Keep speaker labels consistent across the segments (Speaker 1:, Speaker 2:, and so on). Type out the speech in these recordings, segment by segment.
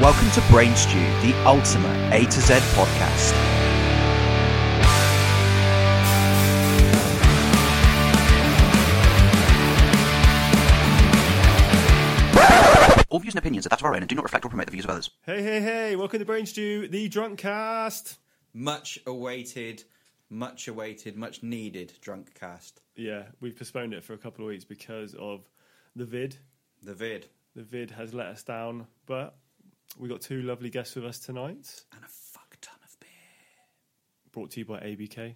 Speaker 1: Welcome to Brain Stew, the ultimate A to Z podcast. All views and opinions are that of our own and do not reflect or promote the views of others.
Speaker 2: Hey, hey, hey, welcome to Brain Stew, the drunk cast.
Speaker 3: much awaited, much awaited, much needed drunk cast.
Speaker 2: Yeah, we've postponed it for a couple of weeks because of the vid.
Speaker 3: The vid
Speaker 2: The vid has let us down, but we got two lovely guests with us tonight,
Speaker 3: and a fuck ton of beer.
Speaker 2: brought to you by ABK.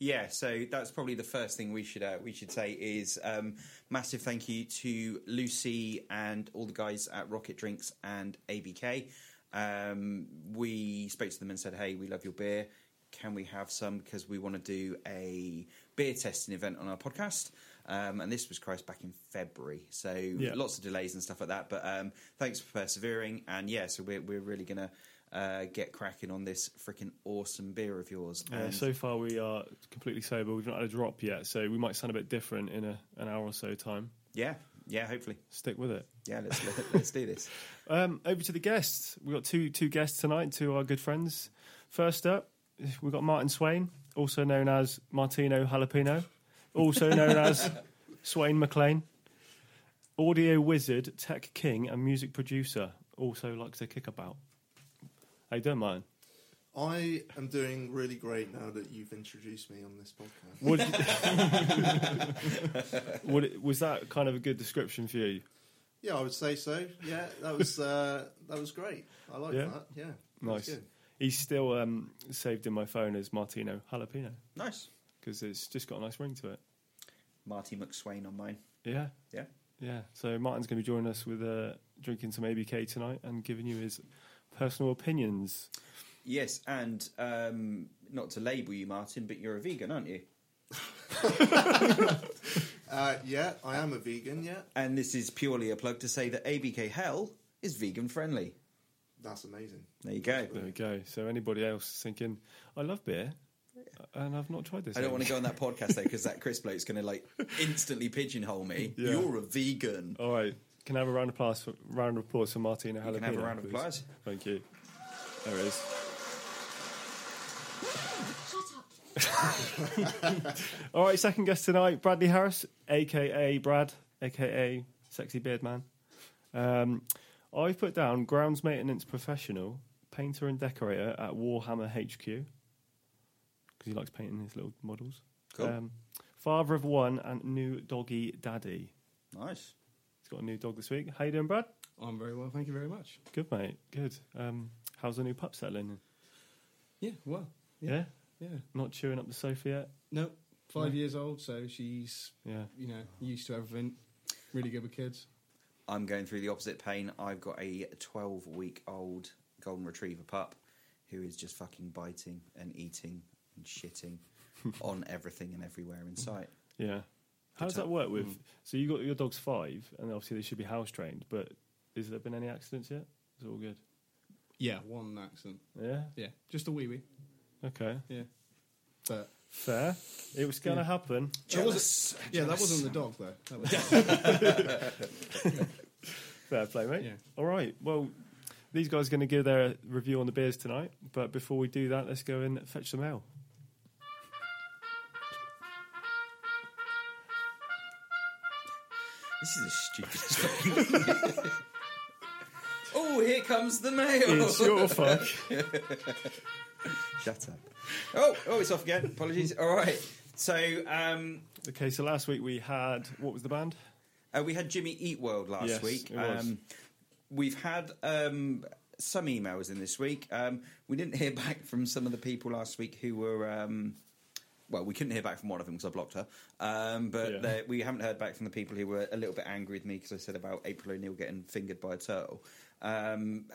Speaker 3: Yeah, so that's probably the first thing we should uh, we should say is um, massive thank you to Lucy and all the guys at Rocket Drinks and ABK. Um, we spoke to them and said, "Hey, we love your beer. Can we have some? Because we want to do a beer testing event on our podcast." Um, and this was Christ back in February, so lots of delays and stuff like that. But um, thanks for persevering, and yeah, so we're we're really gonna uh, get cracking on this freaking awesome beer of yours.
Speaker 2: Uh,
Speaker 3: And-
Speaker 2: so far, we are completely sober. We've not had a drop yet, so we might sound a bit different in a, an hour or so time.
Speaker 3: Yeah, yeah, hopefully.
Speaker 2: Stick with it.
Speaker 3: Yeah, let's let, let's do this.
Speaker 2: Um, over to the guests. We've got two two guests tonight, two of our good friends. First up, we've got Martin Swain, also known as Martino Jalapeno, also known as Swain McLean, audio wizard, tech king, and music producer. Also likes to kick about. How you doing, Martin?
Speaker 4: I am doing really great now that you've introduced me on this podcast.
Speaker 2: What, what, was that kind of a good description for you?
Speaker 4: Yeah, I would say so. Yeah, that was uh, that was great. I like
Speaker 2: Yeah?
Speaker 4: that. Yeah, that was
Speaker 2: Nice.
Speaker 4: good.
Speaker 2: He's still um, saved in my phone as Martino Jalapeno
Speaker 3: Nice.
Speaker 2: because it's just got a nice ring to it.
Speaker 3: Marty McSwain on mine.
Speaker 2: Yeah.
Speaker 3: Yeah.
Speaker 2: Yeah, so Martin's going to be joining us with uh, drinking some ABK tonight and giving you his personal opinions.
Speaker 3: Yes, and um, not to label you, Martin, but you're a vegan, aren't you?
Speaker 4: Uh, yeah, I am a vegan. Yeah,
Speaker 3: And this is purely a plug to say that ABK Hell is vegan friendly.
Speaker 4: that's amazing.
Speaker 3: There you go.
Speaker 2: There we go. So anybody else thinking, I love beer, and I've not tried this.
Speaker 3: I don't want to go on that podcast though because that Chris bloke's going to like instantly pigeonhole me.
Speaker 2: Yeah. Oh.
Speaker 3: You're a vegan.
Speaker 2: All right, can I have a round of applause for, round of applause for Martina Jalapeno?
Speaker 3: can have a round of
Speaker 2: please?
Speaker 3: applause.
Speaker 2: Thank you. There it is. All right, second guest tonight, Bradley Harris, aka Brad, aka Sexy Beard Man. Um, I've put down grounds maintenance professional, painter and decorator at Warhammer HQ because he likes painting his little models. Um,
Speaker 3: Cool.
Speaker 2: father of one and new doggy daddy.
Speaker 3: Nice.
Speaker 2: He's got a new dog this week. How you doing, Brad?
Speaker 5: I'm very well, thank you very much.
Speaker 2: Good, mate. Good. Um, how's the new pup settling? in?
Speaker 5: Yeah, well,
Speaker 2: Yeah.
Speaker 5: Yeah. yeah.
Speaker 2: Not chewing up the sofa yet.
Speaker 5: No, five
Speaker 2: No.
Speaker 5: years old, so she's
Speaker 2: Yeah.
Speaker 5: you know used to everything. Really good with kids.
Speaker 3: I'm going through the opposite pain. I've got a 12 week old golden retriever pup who is just fucking biting and eating and shitting on everything and everywhere in sight.
Speaker 2: Yeah. How does
Speaker 3: Good
Speaker 2: that work with? So you got your dog's five, and obviously they should be house trained. But has there been any accidents yet? It's all good.
Speaker 5: Yeah, one accent.
Speaker 2: Yeah.
Speaker 5: Yeah, just a wee wee.
Speaker 2: Okay.
Speaker 5: Yeah, but
Speaker 2: Fair. It was gonna happen.
Speaker 5: that wasn't, yeah, that wasn't the dog though. That was
Speaker 2: Fair play, mate.
Speaker 5: Yeah.
Speaker 2: All right. Well, these guys are going to give their review on the beers tonight. But before we do that, let's go and fetch some ale.
Speaker 3: This is the stupidest fucking Oh, here comes the mail.
Speaker 2: It's your fuck.
Speaker 3: Shut up. Oh, oh, it's off again. Apologies. All right. So um,
Speaker 2: Okay. So last week we had what was the band?
Speaker 3: uh, we had Jimmy Eat World last
Speaker 2: Yes,
Speaker 3: week.
Speaker 2: it was.
Speaker 3: Um, we've had um, some emails in this week. Um, we didn't hear back from some of the people last week who were. Um, well, we couldn't hear back from one of them because I blocked her. Um, but
Speaker 2: Yeah.
Speaker 3: they- we haven't heard back from the people who were a little bit angry with me because I said about April O'Neil getting fingered by a turtle. Um,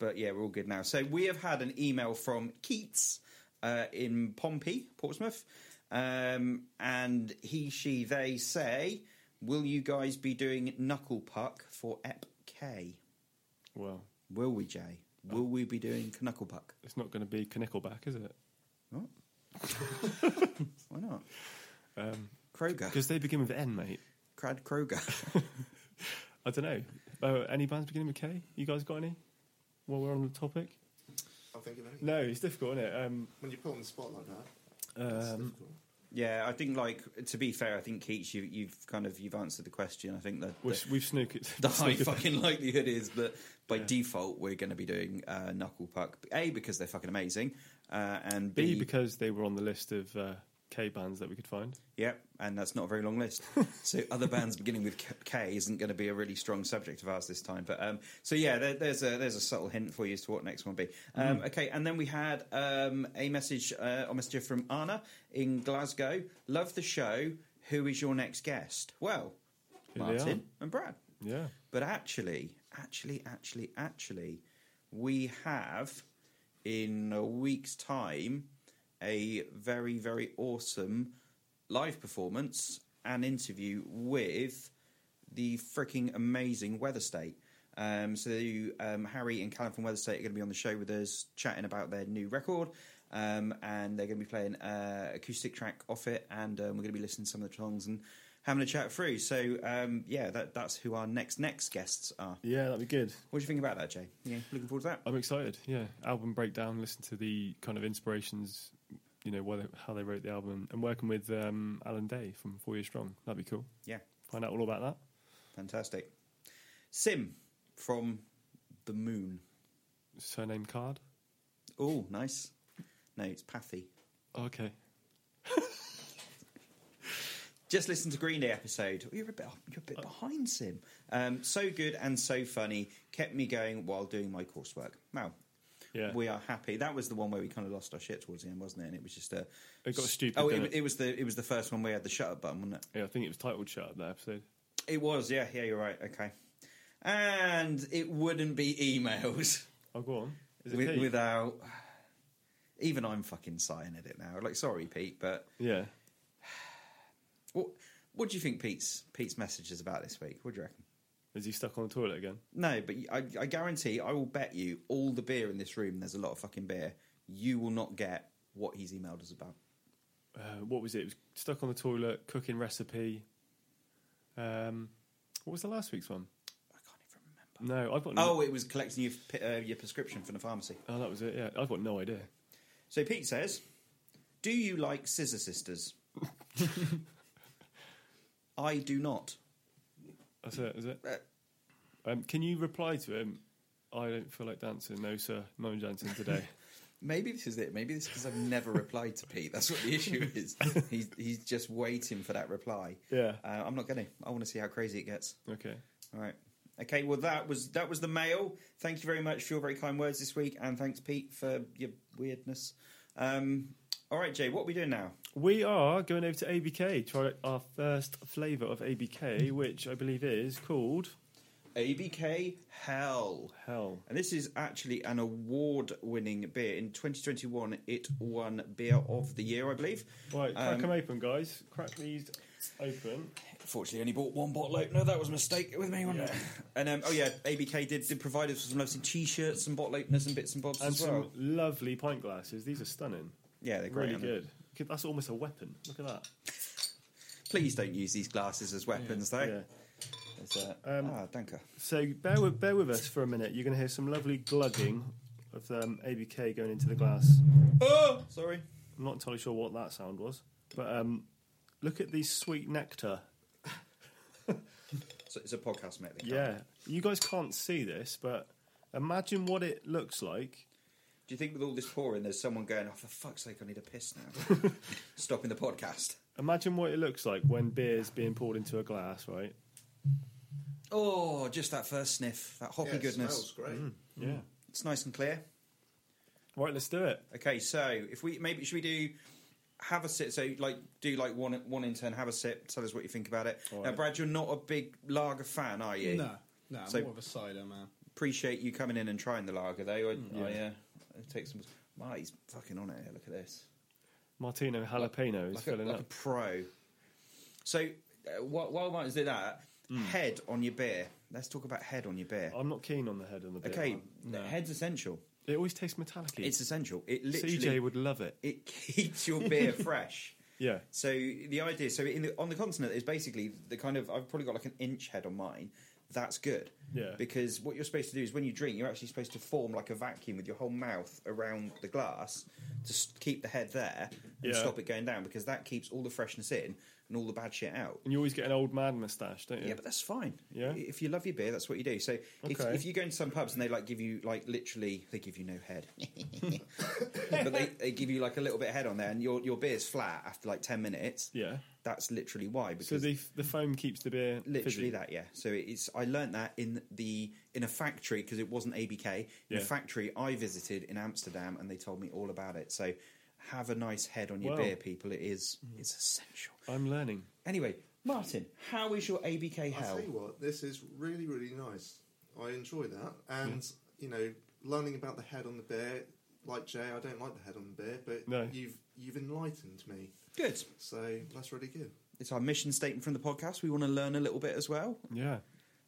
Speaker 3: but yeah, we're all good now. So we have had an email from Keats uh, in Pompey, Portsmouth. Um, and he, she, they say, Will you guys be doing Knuckle Puck for EP K?
Speaker 2: Well,
Speaker 3: Will we, Jay? Will we be doing Knuckle Puck?
Speaker 2: it's not going to be Knickelback, is it?
Speaker 3: What? Why not?
Speaker 2: Um,
Speaker 3: Kroger.
Speaker 2: Because they begin with N, mate.
Speaker 3: Crad Kroger.
Speaker 2: Oh, I don't know. Uh, any bands beginning with K? You guys got any? while we're on the topic?
Speaker 4: I'll think of anything.
Speaker 2: No, it's difficult, isn't it? Um,
Speaker 4: When you put on the spot like that, it's
Speaker 2: um,
Speaker 4: difficult.
Speaker 3: Yeah, I think like to be fair, I think Keats, you, you've kind of you've answered the question. I think that
Speaker 2: we've,
Speaker 3: the,
Speaker 2: we've snookered.
Speaker 3: the high fucking likelihood is that by
Speaker 2: Yeah.
Speaker 3: default we're going to be doing uh, knuckle puck. A because they're fucking amazing, uh, and B,
Speaker 2: B because they were on the list of uh, K bands that we could find.
Speaker 3: Yep, and that's not a very long list. so other bands beginning with K- K isn't going to be a really strong subject of ours this time. But um, so yeah, there, there's a there's a subtle hint for you as to what next one will be. Um, Okay, and then we had um, a message uh, a message from Anna in Glasgow. Love the show. Who is your next guest? Well,
Speaker 2: Here they
Speaker 3: Martin and Brad.
Speaker 2: Yeah.
Speaker 3: But actually, actually, actually, actually, we have in a week's time a very, very awesome live performance and interview with the freaking amazing Weather State. Um, so um, Harry and Callum from Weather State are going to be on the show with us, chatting about their new record, um, and they're going to be playing uh, acoustic track off it, and um, we're going to be listening to some of the songs and having a chat through. So um, yeah, that, that's who our next next guests are.
Speaker 2: Yeah, that'd be good.
Speaker 3: What do you think about that, Jay? Yeah, looking forward to that.
Speaker 2: I'm excited. Yeah, album breakdown. Listen to the kind of inspirations, you know, why they, how they wrote the album, and working with um, Alan Day from Four Years Strong. That'd be cool.
Speaker 3: Yeah.
Speaker 2: Find out all about that.
Speaker 3: Fantastic. Sim from the moon.
Speaker 2: Surname card.
Speaker 3: Oh, nice. No, it's Pathy.
Speaker 2: Okay.
Speaker 3: Just listen to Green Day episode. Oh, You're a bit, you're a bit behind, Sim. Um, so good and so funny. Kept me going while doing my coursework. Wow.
Speaker 2: Yeah.
Speaker 3: We are happy. That was the one where we kind of lost our shit towards the end, wasn't it? And it was just a.
Speaker 2: It got stupid,
Speaker 3: Oh,
Speaker 2: didn't
Speaker 3: it,
Speaker 2: it?
Speaker 3: it was the it was the first one where we had the shut up button, wasn't it?
Speaker 2: yeah, I think it was titled Shut Up that episode.
Speaker 3: It was, yeah, yeah, you're right. Okay, and it wouldn't be emails
Speaker 2: Oh, go on. Is it
Speaker 3: with,
Speaker 2: Pete?
Speaker 3: without. Even I'm fucking sighing at it now. Like, sorry, Pete, but
Speaker 2: Yeah.
Speaker 3: what, what do you think Pete's Pete's message is about this week? What do you reckon?
Speaker 2: Is he stuck on the toilet again?
Speaker 3: No, but I, I guarantee, I will bet you all the beer in this room. There's a lot of fucking beer. You will not get what he's emailed us about.
Speaker 2: Uh, what was it? It was stuck on the toilet, cooking recipe. Um, what was the last week's one?
Speaker 3: I can't even remember.
Speaker 2: No, I've got no.
Speaker 3: Oh, it was collecting your p- uh, your prescription from the pharmacy.
Speaker 2: Oh, that was it. Yeah, I've got no idea.
Speaker 3: So Pete says, "Do you like Scissor Sisters?" I do not.
Speaker 2: That's it, is it?
Speaker 3: Uh,
Speaker 2: Um, can you reply to him? I don't feel like dancing. No, sir, no dancing today.
Speaker 3: Maybe this is it. Maybe this is because I've never replied to Pete. That's what the issue is. He's he's just waiting for that reply.
Speaker 2: Yeah.
Speaker 3: Uh, I'm not going to. I want to see how crazy it gets.
Speaker 2: okay.
Speaker 3: All right. Okay. Well, that was that was the mail. Thank you very much for your very kind words this week, and thanks Pete for your weirdness. Um, all right, Jay. What are we doing now?
Speaker 2: We are going over to ABK, try our first flavour of ABK, which I believe is called
Speaker 3: ABK Hell.
Speaker 2: Hell.
Speaker 3: And this is actually an award winning beer. In 2021, it won Beer of the Year, I believe.
Speaker 2: Right, crack
Speaker 3: Um,
Speaker 2: them open, guys. Crack these open.
Speaker 3: Fortunately, only bought one bottle opener. That was a mistake with me, wasn't it? And um, oh, yeah, ABK did, did provide us with some lovely t shirts, some bottle openers, and bits and bobs
Speaker 2: And
Speaker 3: as
Speaker 2: some
Speaker 3: well.
Speaker 2: lovely pint glasses. These are stunning.
Speaker 3: Yeah, they're great.
Speaker 2: really
Speaker 3: aren't they?
Speaker 2: good. Look at- That's almost a weapon. Look at that.
Speaker 3: Please don't use these glasses as weapons, though.
Speaker 2: Yeah.
Speaker 3: It's, uh,
Speaker 2: Um,
Speaker 3: ah, danker.
Speaker 2: So bear with bear with us for a minute. You're going to hear some lovely glugging of um, ABK going into the glass.
Speaker 3: Oh, sorry.
Speaker 2: I'm not entirely sure what that sound was, but um, look at the sweet nectar.
Speaker 3: So it's a podcast, mate. they can't.
Speaker 2: Yeah, you guys can't see this, but imagine what it looks like.
Speaker 3: Do you think with all this pouring, there's someone going, oh, for fuck's sake, I need a piss now? Stopping the podcast.
Speaker 2: Imagine what it looks like when beer's being poured into a glass, right?
Speaker 3: Oh, just that first sniff, that hoppy
Speaker 4: Yeah, it
Speaker 3: goodness.
Speaker 4: smells great.
Speaker 2: Mm. Yeah.
Speaker 3: It's nice and clear.
Speaker 2: Right, let's do it.
Speaker 3: Okay, so if we maybe should we do have a sip? So like do like one one in turn, have a sip, tell us what you think about it.
Speaker 2: All
Speaker 3: Now,
Speaker 2: right.
Speaker 3: Brad, you're not a big lager fan, are you?
Speaker 5: No, no, I'm
Speaker 3: So-
Speaker 5: more of a cider man.
Speaker 3: Appreciate you coming in and trying the lager though. I, yeah. I,
Speaker 2: Yeah.
Speaker 3: uh, I take some. Marty's fucking on it. here, Look at this.
Speaker 2: Martino jalapeno is
Speaker 3: Like, a,
Speaker 2: filling
Speaker 3: like a
Speaker 2: up.
Speaker 3: pro. So uh, while, while Martin's doing that, head on your beer. Let's talk about head on your beer.
Speaker 2: Hmm. i I'm not keen on the head on the beer.
Speaker 3: okay,
Speaker 2: man. No.
Speaker 3: head's essential.
Speaker 2: It always tastes metallic.
Speaker 3: It's essential. It literally
Speaker 2: CJ would love it.
Speaker 3: it keeps your beer fresh.
Speaker 2: Yeah.
Speaker 3: So the idea, so in the, on the continent is basically the kind of I've probably got like an inch head on mine, that's good.
Speaker 2: Yeah.
Speaker 3: Because what you're supposed to do is when you drink, you're actually supposed to form like a vacuum with your whole mouth around the glass to s- keep the head there and
Speaker 2: Yeah.
Speaker 3: stop it going down because that keeps all the freshness in and all the bad shit out.
Speaker 2: And you always get an old man moustache, don't you?
Speaker 3: Yeah, but that's fine.
Speaker 2: Yeah.
Speaker 3: If you love your beer, that's what you do. So if,
Speaker 2: Okay.
Speaker 3: if you go into some pubs and they like give you like literally they give you no head, but they, they give you like a little bit of head on there, and your your beer's flat after like ten minutes.
Speaker 2: yeah.
Speaker 3: That's literally why because
Speaker 2: So the the foam keeps the beer
Speaker 3: literally
Speaker 2: fizzy.
Speaker 3: that yeah. So it's I learnt that in the in a factory because it wasn't ABK in
Speaker 2: Yeah.
Speaker 3: a factory I visited in Amsterdam, and they told me all about it. So have a nice head on your
Speaker 2: Wow. Mm.
Speaker 3: beer, people. It is it's essential.
Speaker 2: I'm learning.
Speaker 3: Anyway, Martin, how is your ABK
Speaker 4: I
Speaker 3: hell?
Speaker 4: tell you what, this is really, really nice. I enjoy that, and you know, learning about the head on the beer. Like Jay, I don't like the head on the beer, but
Speaker 2: No.
Speaker 4: you've you've enlightened me,
Speaker 3: Good.
Speaker 4: so that's really good.
Speaker 3: It's our mission statement from the podcast. We want to learn a little bit as well.
Speaker 2: Yeah.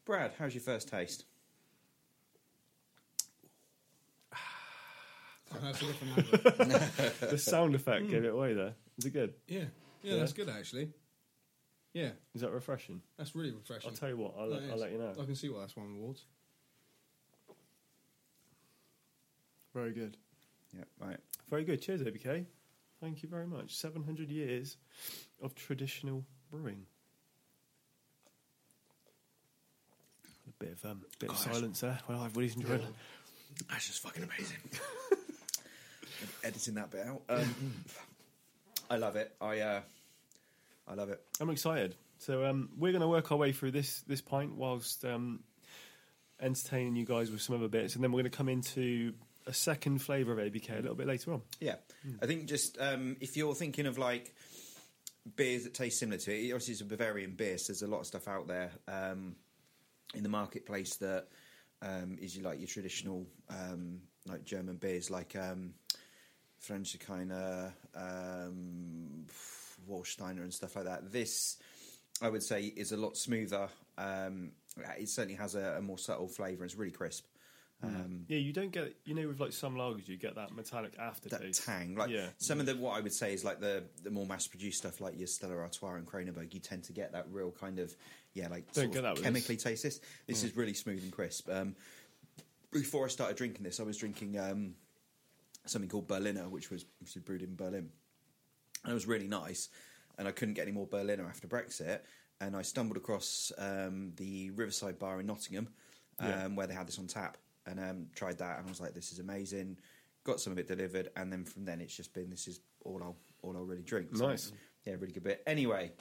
Speaker 3: Brad, how's your first taste?
Speaker 5: That's a different angle.
Speaker 2: the sound effect
Speaker 3: Hmm.
Speaker 2: gave it away there. Is it good?
Speaker 5: yeah. yeah,
Speaker 2: Yeah.
Speaker 5: that's good actually. Yeah,
Speaker 2: Is that refreshing?
Speaker 5: that's really refreshing.
Speaker 2: I'll tell you what. I'll,
Speaker 5: That
Speaker 2: I'll
Speaker 5: is.
Speaker 2: let you know.
Speaker 5: I can see why that's won awards.
Speaker 2: Very good.
Speaker 3: Yeah, right.
Speaker 2: Very good. Cheers, ABK. Thank you very much. 700 years of traditional brewing. A bit of um, bit of silence there. Well, everybody's enjoying. it.
Speaker 3: That's just fucking amazing. Editing that bit out. Um, I love it. I uh, I love it.
Speaker 2: I'm excited. So um, we're going to work our way through this this pint whilst um, entertaining you guys with some other bits, and then we're going to come into a second flavour of ABK a little bit later on.
Speaker 3: Yeah, I think just um, if you're thinking of like beers that taste similar to it, obviously it's a Bavarian beer, so there's a lot of stuff out there um, in the marketplace that um, is your, like your traditional um, like German beers, like um, Franzikiner, um, Walsteiner, and stuff like that. This, I would say, is a lot smoother. Um, it certainly has a, a more subtle flavour. It's really crisp. Um,
Speaker 2: Yeah, you don't get you know with like some lagers you get that metallic
Speaker 3: that
Speaker 2: aftertaste.
Speaker 3: tang. Like
Speaker 2: Yeah.
Speaker 3: some of the what I would say is like the the more mass produced stuff, like your Stella Artois and Kronenberg. You tend to get that real kind of yeah, like
Speaker 2: Don't
Speaker 3: sort
Speaker 2: get
Speaker 3: of
Speaker 2: that with Hmm.
Speaker 3: chemically taste. This this is really smooth and crisp. Um, before I started drinking this, I was drinking um, something called Berliner, which was obviously brewed in Berlin. And it was really nice, and I couldn't get any more Berliner after Brexit. And I stumbled across um, the Riverside Bar in Nottingham, um,
Speaker 2: Yeah.
Speaker 3: where they had this on tap, and um, tried that, and I was like, "This is amazing." Got some of it delivered, and then from then it's just been this is all I'll all I'll really drink.
Speaker 2: Nice.
Speaker 3: it's- yeah, really good bit. Anyway,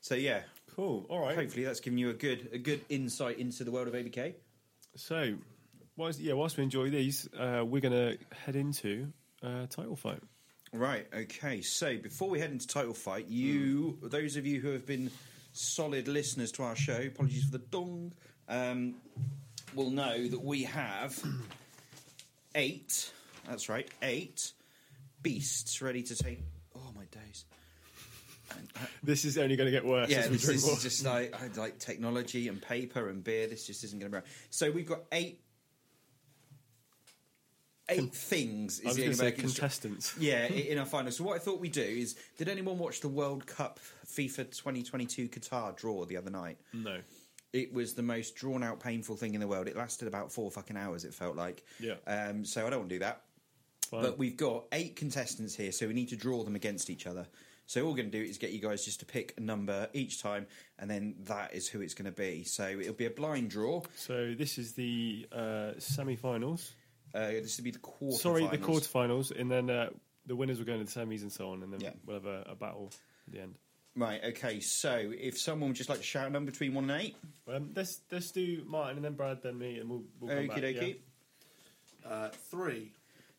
Speaker 3: so yeah,
Speaker 2: Cool. All right.
Speaker 3: hopefully that's given you a good a good insight into the world of ABK.
Speaker 2: So, whilst, yeah, whilst we enjoy these, uh, we're going to head into uh, title fight.
Speaker 3: Right. Okay. So before we head into title fight, you,
Speaker 2: Hmm.
Speaker 3: those of you who have been solid listeners to our show, apologies for the dong, um, will know that we have eight. That's right, eight beasts ready to take. Oh my days! And, uh,
Speaker 2: This is only going to get worse
Speaker 3: yeah,
Speaker 2: as we
Speaker 3: this,
Speaker 2: drink
Speaker 3: this
Speaker 2: more.
Speaker 3: is just like I like technology and paper and beer. This just isn't going to be around. So we've got eight. Eight things
Speaker 2: I was
Speaker 3: is the
Speaker 2: going
Speaker 3: only
Speaker 2: to
Speaker 3: way I
Speaker 2: say
Speaker 3: can stru-
Speaker 2: contestants.
Speaker 3: yeah, i- in our final. So what I thought we'd do is, did anyone watch the World Cup FIFA 2022 Qatar draw the other night?
Speaker 2: No.
Speaker 3: It was the most drawn out, painful thing in the world. It lasted about four fucking hours. It felt like.
Speaker 2: Yeah.
Speaker 3: Um, so I don't want to do that.
Speaker 2: Fine.
Speaker 3: But we've got eight contestants here, so we need to draw them against each other. So all we're going to do is get you guys just to pick a number each time, and then that is who it's going to be. So it'll be a blind draw.
Speaker 2: so, this is the uh, semi finals.
Speaker 3: Uh, this will be the quarter.
Speaker 2: Sorry, the quarterfinals. And then uh, the winners will go into the semis and so on. And then
Speaker 3: Yeah.
Speaker 2: we'll have a, a battle at the end.
Speaker 3: Right. Okay. So if someone would just like to shout a number between one and eight.
Speaker 2: Um, let's, let's do Martin and then Brad, then me, and we'll, we'll come
Speaker 3: Okie
Speaker 2: back.
Speaker 3: dokie.
Speaker 2: yeah?
Speaker 4: Uh, three,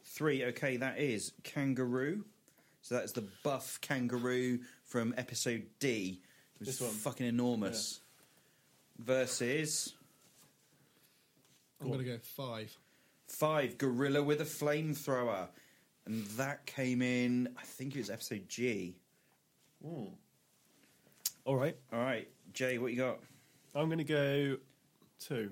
Speaker 3: Three, okay, that is kangaroo. So that's the buff kangaroo from episode D. It was
Speaker 2: This one.
Speaker 3: fucking enormous. Versus
Speaker 5: I'm going to go five.
Speaker 3: five, gorilla with a flamethrower. And that came in, I think it was episode G.
Speaker 2: All right.
Speaker 3: All right, Jay, what you got?
Speaker 2: I'm going to go two.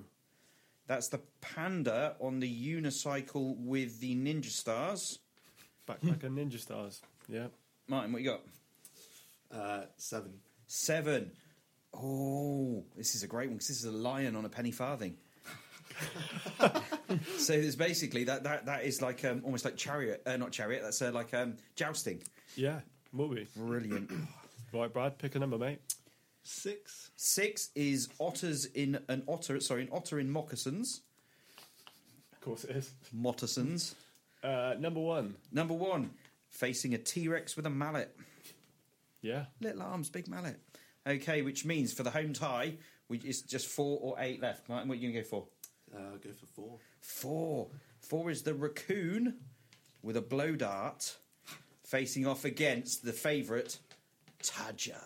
Speaker 3: That's the panda on the unicycle with the ninja stars.
Speaker 2: Backpacker Ninja Stars. Yeah.
Speaker 3: Martin, what you got?
Speaker 4: uh, seven.
Speaker 3: Seven. Oh, this is a great one because this is a lion on a penny farthing. so there's basically that that that is like um, almost like chariot, uh, not chariot. That's uh, like um, jousting.
Speaker 2: Yeah, movie.
Speaker 3: Brilliant.
Speaker 2: Right, Brad, pick a number, mate.
Speaker 5: Six.
Speaker 3: Six is otters in an otter. Sorry, an otter in moccasins.
Speaker 2: Of course it is.
Speaker 3: Moccasins.
Speaker 2: Uh, number one.
Speaker 3: Number one, facing a T Rex with a mallet.
Speaker 2: Yeah.
Speaker 3: Little arms, big mallet. Okay, which means for the home tie, we it's just four or eight left. Martin, what are you gonna go for?
Speaker 4: Uh, I'll go for four.
Speaker 3: Four. Four is the raccoon with a blow dart facing off against the favourite, Taja.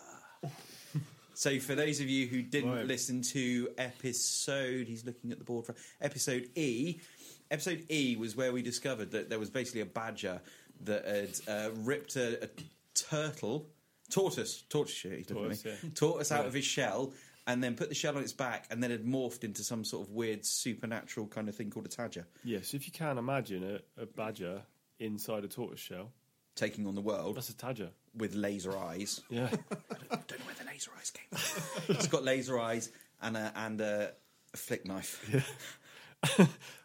Speaker 3: so, for those of you who didn't
Speaker 2: Right.
Speaker 3: listen to episode, he's looking at the board for episode E. Episode E was where we discovered that there was basically a badger that had uh, ripped a, a turtle, tortoise, tortoise, shit, he's looking at me.
Speaker 2: Tortoise, yeah.
Speaker 3: tortoise out
Speaker 2: Yeah.
Speaker 3: of his shell and then put the shell on its back and then had morphed into some sort of weird supernatural kind of thing called a tadger,
Speaker 2: Yes, if you can imagine a, a badger inside a tortoise shell,
Speaker 3: taking on the world
Speaker 2: that's a tadger.
Speaker 3: with laser eyes.
Speaker 2: Yeah.
Speaker 3: I don't know where the laser eyes came from. it's got laser eyes and a, and a, a flick knife.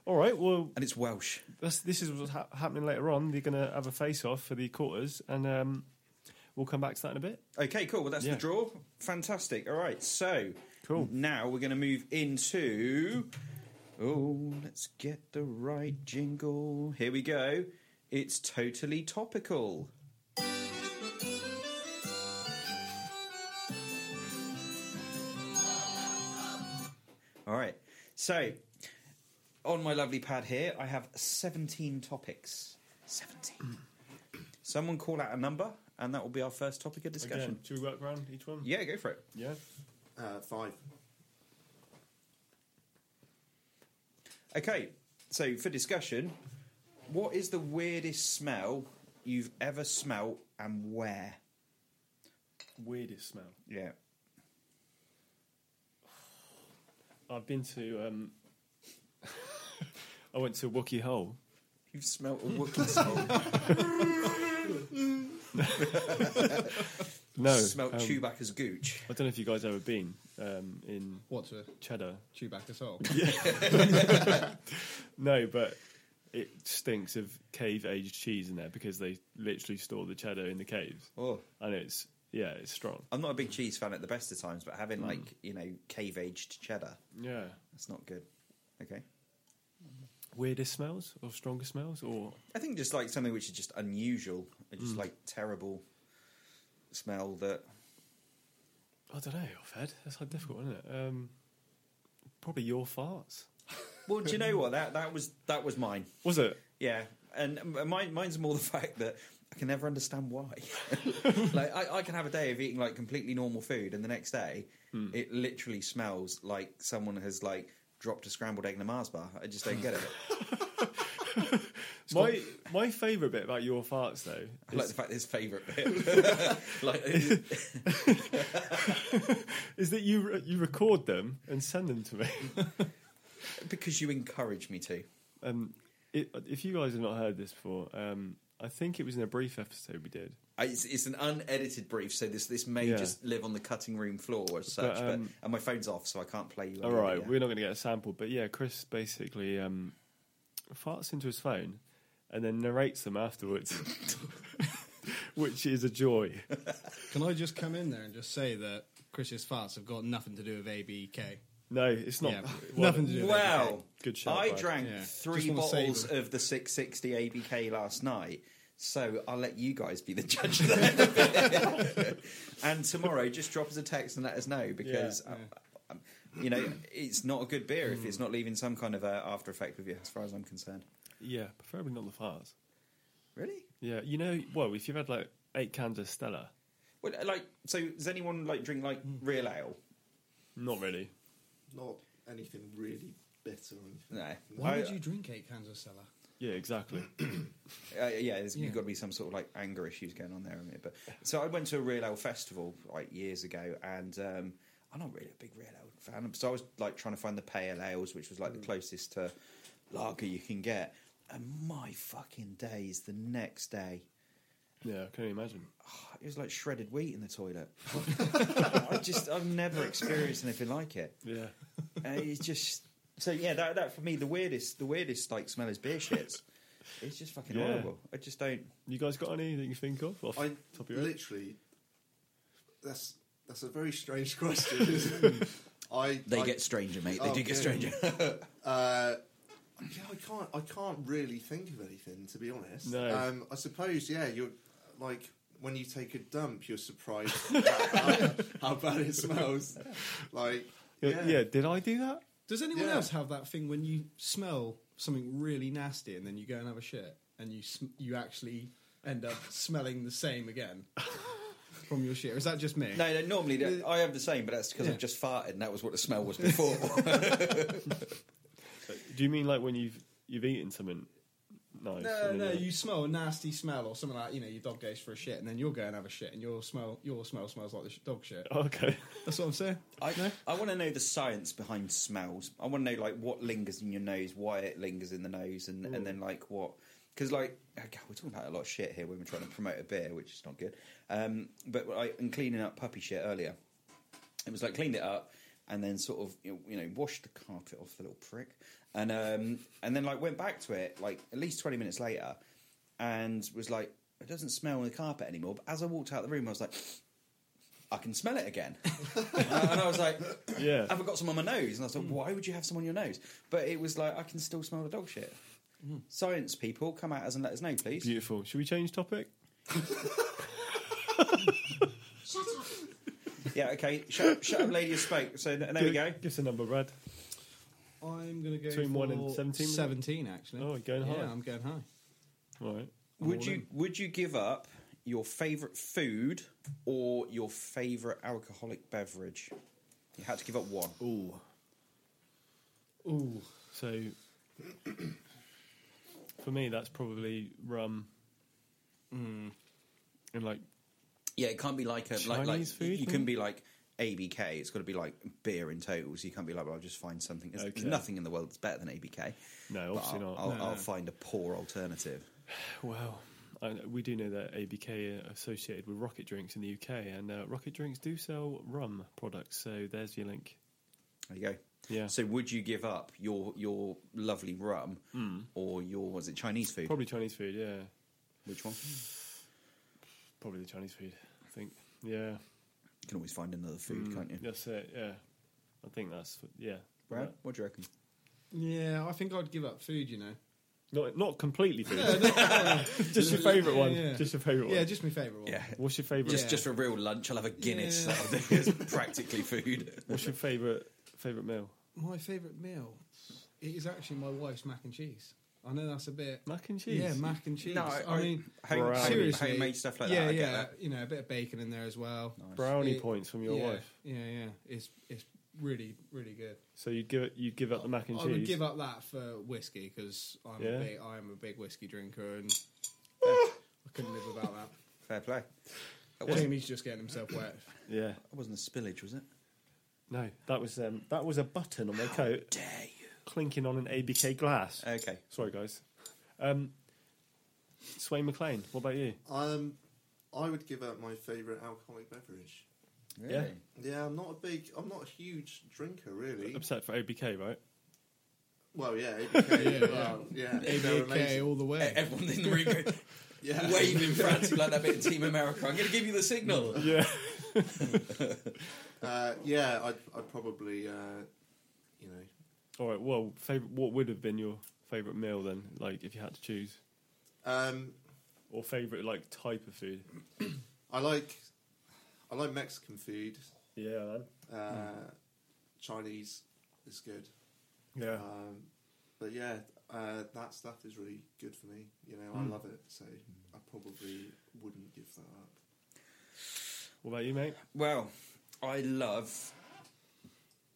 Speaker 2: All right, well,
Speaker 3: And it's Welsh.
Speaker 2: that's, this is what's ha- happening later on. They're going to have a face off for the quarters, and um, we'll come back to that in a bit.
Speaker 3: Okay, cool. Well, that's
Speaker 2: Yeah.
Speaker 3: the draw. Fantastic. All right, so
Speaker 2: Cool.
Speaker 3: Now we're going to move into. Oh, let's get the right jingle. Here we go. It's totally topical. All right. So, on my lovely pad here, I have 17 topics. 17. Someone call out a number, and that will be our first topic of discussion.
Speaker 2: Again, should we work around each one?
Speaker 3: Yeah, go for it.
Speaker 2: Yeah.
Speaker 4: Uh, five.
Speaker 3: Okay, so for discussion, what is the weirdest smell you've ever smelt and where?
Speaker 2: Weirdest smell.
Speaker 3: Yeah.
Speaker 2: I've been to. Um, I went to Wookie Hole.
Speaker 3: You've smelt a Wookiee smell.
Speaker 2: No,
Speaker 3: smelt
Speaker 2: um,
Speaker 3: Chewbacca's gooch.
Speaker 2: I don't know if you guys ever been um, in
Speaker 5: What to
Speaker 2: Cheddar.
Speaker 5: chew back as well?
Speaker 2: No, but it stinks of cave aged cheese in there because they literally store the cheddar in the caves,
Speaker 3: Oh.
Speaker 2: and it's yeah, it's strong.
Speaker 3: I'm not a big cheese fan at the best of times, but
Speaker 2: Hmm.
Speaker 3: having like, you know, cave aged cheddar,
Speaker 2: Yeah.
Speaker 3: that's not good. Okay.
Speaker 2: Weirdest smells or strongest smells or
Speaker 3: I think just like something which is just unusual, or just like terrible smell that
Speaker 2: I don't know, Fed. That's like difficult, isn't it? Um, probably your farts.
Speaker 3: Well, do you know what? That that was that was mine.
Speaker 2: Was it?
Speaker 3: Yeah, and um, mine, mine's more the fact that I can never understand why. like, I, I can have a day of eating like completely normal food, and the next day it literally smells like someone has like dropped a scrambled egg in a Mars bar. I just don't get it.
Speaker 2: my my favourite bit about your farts though.
Speaker 3: I like the
Speaker 2: Is,
Speaker 3: fact that it's favourite bit. like, it-
Speaker 2: is that you re- you record them and send them to me.
Speaker 3: because you encourage me to.
Speaker 2: um, it, if you guys have not heard this before, um, I think it was in a brief episode we did.
Speaker 3: I, it's, it's an unedited brief, so this this may
Speaker 2: Yeah.
Speaker 3: just live on the cutting room floor as such. But,
Speaker 2: um,
Speaker 3: and my phone's off, so I can't play you.
Speaker 2: All
Speaker 3: any of it
Speaker 2: right,
Speaker 3: yet.
Speaker 2: we're not going to get a sample, but yeah, Chris basically um, farts into his phone and then narrates them afterwards, which is a joy.
Speaker 5: Can I just come in there and just say that Chris's farts have got nothing to do with ABK?
Speaker 2: No, it's not.
Speaker 5: Yeah,
Speaker 2: well,
Speaker 5: nothing to do with ABK.
Speaker 3: Wow.
Speaker 2: Good shout,
Speaker 3: I
Speaker 2: Brad.
Speaker 3: drank
Speaker 5: Yeah.
Speaker 3: three
Speaker 5: Just wanna save
Speaker 3: bottles
Speaker 5: them.
Speaker 3: of the 660 ABK last night. So I'll let you guys be the judge of that. and tomorrow, just drop us a text and let us know because,
Speaker 5: Yeah.
Speaker 3: uh, um, you know, it's not a good beer if it's not leaving some kind of uh, after effect with you, as far as I'm concerned.
Speaker 2: Yeah, preferably not the farts.
Speaker 3: Really?
Speaker 2: Yeah, you know, well, if you've had like eight cans of Stella,
Speaker 3: Well, like, so does anyone like drink like real ale?
Speaker 2: not really.
Speaker 4: Not anything really bitter or anything.
Speaker 3: No.
Speaker 5: Why
Speaker 3: I-
Speaker 5: would you drink eight cans of Stella?
Speaker 2: Yeah, exactly.
Speaker 3: Uh, yeah, there's
Speaker 5: Yeah.
Speaker 3: you've got to be some sort of like anger issues going on there. isn't it? But so I went to a real ale festival like years ago, and um, I'm not really a big real ale fan. So I was like trying to find the pale ales, which was like the closest to lager you can get. And my fucking days, the next day,
Speaker 2: Yeah, I can only imagine.
Speaker 3: It was like shredded wheat in the toilet. I just, I've never experienced anything like it.
Speaker 2: Yeah.
Speaker 3: Uh, it's just so yeah. That, that for me, the weirdest, the weirdest like smell is beer shits. It's just fucking
Speaker 2: Yeah.
Speaker 3: horrible. I just don't.
Speaker 2: You guys got any that you think of? Off
Speaker 4: I
Speaker 2: top of your head?
Speaker 4: literally. That's that's a very strange question. isn't it? I
Speaker 1: They
Speaker 4: I-
Speaker 1: get stranger, mate. They
Speaker 4: Oh,
Speaker 1: do get
Speaker 4: good.
Speaker 1: stranger.
Speaker 4: Uh, yeah, I can't. I can't really think of anything to be honest.
Speaker 2: No.
Speaker 4: Um, I suppose. Yeah, you're like when you take a dump, you're surprised at how, how bad it smells. Like,
Speaker 2: Yeah.
Speaker 4: yeah,
Speaker 2: yeah, did I do that?
Speaker 5: Does anyone
Speaker 4: Yeah.
Speaker 5: else have that thing when you smell something really nasty and then you go and have a shit and you sm- you actually end up smelling the same again from your shit? Or is that just me?
Speaker 3: No, no normally that- I have the same, but that's because
Speaker 5: Yeah.
Speaker 3: I've just farted, and that was what the smell was before.
Speaker 2: Do you mean like when you've you've eaten something nice?
Speaker 5: No,
Speaker 2: and then
Speaker 5: no,
Speaker 2: you're-
Speaker 5: you smell a nasty smell or something like you know your dog goes for a shit and then you'll go and have a shit and your smell your smell smells like the sh- dog shit.
Speaker 2: Oh, okay.
Speaker 5: That's what I'm saying.
Speaker 3: I, I want to know the science behind smells. I want to know like what lingers in your nose, why it lingers in the nose, and, and then like what because like oh God, we're talking about a lot of shit here when we're trying to promote a beer, which is not good. Um, but I and cleaning up puppy shit earlier, it was like cleaned it up and then sort of you know, you know washed the carpet off the little prick, and um, and then like went back to it like at least twenty minutes later, and was like it doesn't smell on the carpet anymore. But as I walked out the room, I was like. I can smell it again, and I was like,
Speaker 2: Yeah. Mm.
Speaker 3: have I got some on my nose? And I was like, why would you have some on your nose? But it was like, I can still smell the dog shit.
Speaker 2: Mm.
Speaker 3: Science people, come at us and let us know, please.
Speaker 2: Beautiful. Should we change topic?
Speaker 6: Shut up.
Speaker 3: Yeah, okay. Shut up, shut up lady who spoke. So th- there we go.
Speaker 2: Give us a number, Brad.
Speaker 5: I'm gonna go
Speaker 2: Between
Speaker 5: for
Speaker 2: one and 17, was it?
Speaker 5: Seventeen, actually.
Speaker 2: Oh, going high.
Speaker 5: Yeah, I'm going high.
Speaker 2: All right.
Speaker 3: Would
Speaker 5: all
Speaker 3: you
Speaker 5: in.
Speaker 3: would you give up your favourite food or your favourite alcoholic beverage? You had to give up one.
Speaker 2: Ooh.
Speaker 5: Ooh,
Speaker 2: So, for me, that's probably rum. And like,
Speaker 3: Yeah, it can't be like a like, like
Speaker 2: Chinese food,
Speaker 3: you can
Speaker 2: hmm?
Speaker 3: be like ABK. It's got to be like beer in total. So you can't be like, well, I'll just find something. There's
Speaker 2: Okay.
Speaker 3: there's nothing in the world that's better than ABK.
Speaker 2: No,
Speaker 3: But
Speaker 2: obviously
Speaker 3: I'll-
Speaker 2: not.
Speaker 3: I'll,
Speaker 5: No,
Speaker 3: I'll
Speaker 5: no.
Speaker 3: find a poor alternative.
Speaker 2: well, I, we do know that ABK are associated with rocket drinks in the UK, and uh, rocket drinks do sell rum products. So there's your link.
Speaker 3: There you go.
Speaker 2: Yeah.
Speaker 3: So would you give up your your lovely rum or your was it Chinese food?
Speaker 2: Probably Chinese food. Yeah,
Speaker 3: Which one?
Speaker 2: probably the Chinese food. I think. Yeah.
Speaker 3: You can always find another food,
Speaker 2: Mm,
Speaker 3: can't you?
Speaker 2: That's it. Yeah, I think that's what- yeah.
Speaker 3: Brad, what do you reckon?
Speaker 5: yeah. I think I'd give up food. You know.
Speaker 2: Not not completely food. just your favourite one.
Speaker 5: Yeah.
Speaker 2: Just your favourite one.
Speaker 5: Yeah, just my favourite one.
Speaker 2: What's your favourite?
Speaker 3: Just
Speaker 5: Yeah.
Speaker 3: just for real lunch, I'll have a Guinness.
Speaker 5: Yeah.
Speaker 3: That'll do. It's practically food.
Speaker 2: What's your favourite favourite meal?
Speaker 5: My favourite meal it is actually my wife's mac and cheese. I know that's a bit.
Speaker 2: Mac and cheese.
Speaker 5: Yeah, mac and cheese.
Speaker 3: No,
Speaker 5: I,
Speaker 3: I-
Speaker 5: mean,
Speaker 3: Home,
Speaker 2: Brownie.
Speaker 3: home,
Speaker 5: seriously,
Speaker 3: homemade stuff like
Speaker 5: yeah,
Speaker 3: that. I
Speaker 5: yeah.
Speaker 3: get that.
Speaker 5: You know, a bit of bacon in there as well.
Speaker 2: Brownie
Speaker 5: It-
Speaker 2: points from your
Speaker 5: yeah,
Speaker 2: wife.
Speaker 5: Yeah, yeah. It's it's really really good.
Speaker 2: So you'd give it. You'd give up the mac and
Speaker 5: I
Speaker 2: cheese.
Speaker 5: would give up that for whiskey because I'm
Speaker 2: Yeah. Ah!
Speaker 5: a big, I am a big whiskey drinker and I couldn't live without that.
Speaker 3: Fair play. That wasn't,
Speaker 5: Jamie's just getting himself wet.
Speaker 2: Yeah.
Speaker 3: that wasn't a spillage, was it?
Speaker 2: No, that was um, that was a button on my coat
Speaker 3: Dare you?
Speaker 2: clinking on an ABK glass.
Speaker 3: Okay.
Speaker 2: Sorry, guys. Um, Swain McLean, what about you?
Speaker 4: um, I would give up my favourite alcoholic beverage.
Speaker 2: Yeah.
Speaker 3: Really?
Speaker 4: Yeah, I'm not a big. I'm not a huge drinker, really.
Speaker 2: Upset for ABK, right?
Speaker 4: Well, yeah, ABK. well, yeah, they're
Speaker 5: ABK
Speaker 4: amazing.
Speaker 5: all the
Speaker 3: E-
Speaker 5: way.
Speaker 3: Everyone in the room go-
Speaker 4: Yeah.
Speaker 3: waving frantically like that bit in Team America. I'm going to give you the signal.
Speaker 2: Yeah.
Speaker 4: Uh, yeah, I'd, I'd probably, uh, you know,
Speaker 2: All right. Well, favorite. What would have been your favourite meal then? Like, if you had to choose,
Speaker 4: um,
Speaker 2: or favourite like type of food?
Speaker 4: I like, I like Mexican food.
Speaker 2: Yeah, man.
Speaker 4: Uh, Chinese is good.
Speaker 2: Yeah.
Speaker 4: Um, but yeah, uh, that stuff is really good for me. You know, I love it. So I probably wouldn't give that up.
Speaker 2: What about you, mate?
Speaker 3: Well, I love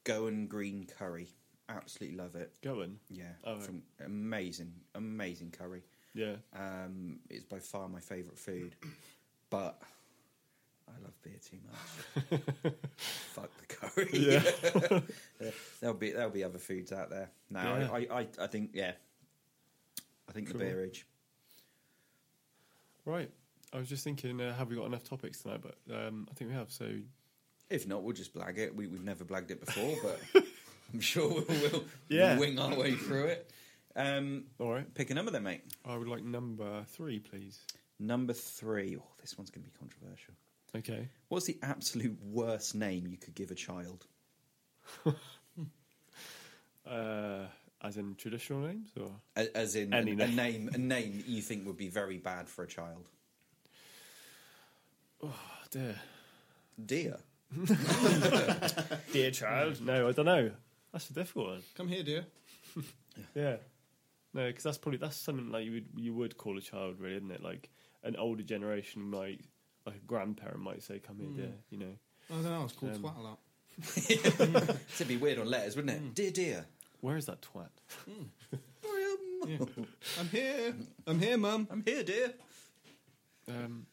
Speaker 3: Goan green curry. Absolutely love it.
Speaker 2: Going.
Speaker 3: Yeah,
Speaker 2: Oh,
Speaker 3: from amazing, amazing curry.
Speaker 2: Yeah.
Speaker 3: Um, it's by far my favourite food, but I love beer too much. Fuck the curry. Yeah, there'll be there'll be other foods out there. No, I, I, I, I think yeah, I think
Speaker 2: Cool.
Speaker 3: the beerage.
Speaker 2: Right. I was just thinking, uh, have we got enough topics tonight? But um, I think we have. So
Speaker 3: If not, we'll just blag it. We, we've never blagged it before, but I'm sure we'll, we'll
Speaker 2: Yeah.
Speaker 3: wing our way through it. Um,
Speaker 2: all right,
Speaker 3: pick a number then, mate.
Speaker 2: I would like number three, please.
Speaker 3: Number three. Oh, this one's going to be controversial.
Speaker 2: Okay.
Speaker 3: What's the absolute worst name you could give a child?
Speaker 2: Uh, as in traditional names, or
Speaker 3: A- As in
Speaker 2: Any
Speaker 3: a, a
Speaker 2: name.
Speaker 3: name, a name that you think would be very bad for a child.
Speaker 2: oh, dear,
Speaker 3: Dear.
Speaker 2: dear child. No, I don't know. That's a difficult one.
Speaker 5: Come here, dear.
Speaker 2: Yeah. No, because that's probably that's something like you would you would call a child, really, isn't it? Like an older generation might, like a grandparent might say, "Come here, dear," you know.
Speaker 5: I don't know. It's called
Speaker 2: Um,
Speaker 5: twat a lot.
Speaker 3: It'd be weird on letters, wouldn't it?
Speaker 2: Hmm.
Speaker 3: Dear, dear.
Speaker 2: Where is that twat?
Speaker 5: I'm here. I'm here, mum.
Speaker 3: I'm here, dear.
Speaker 2: Um,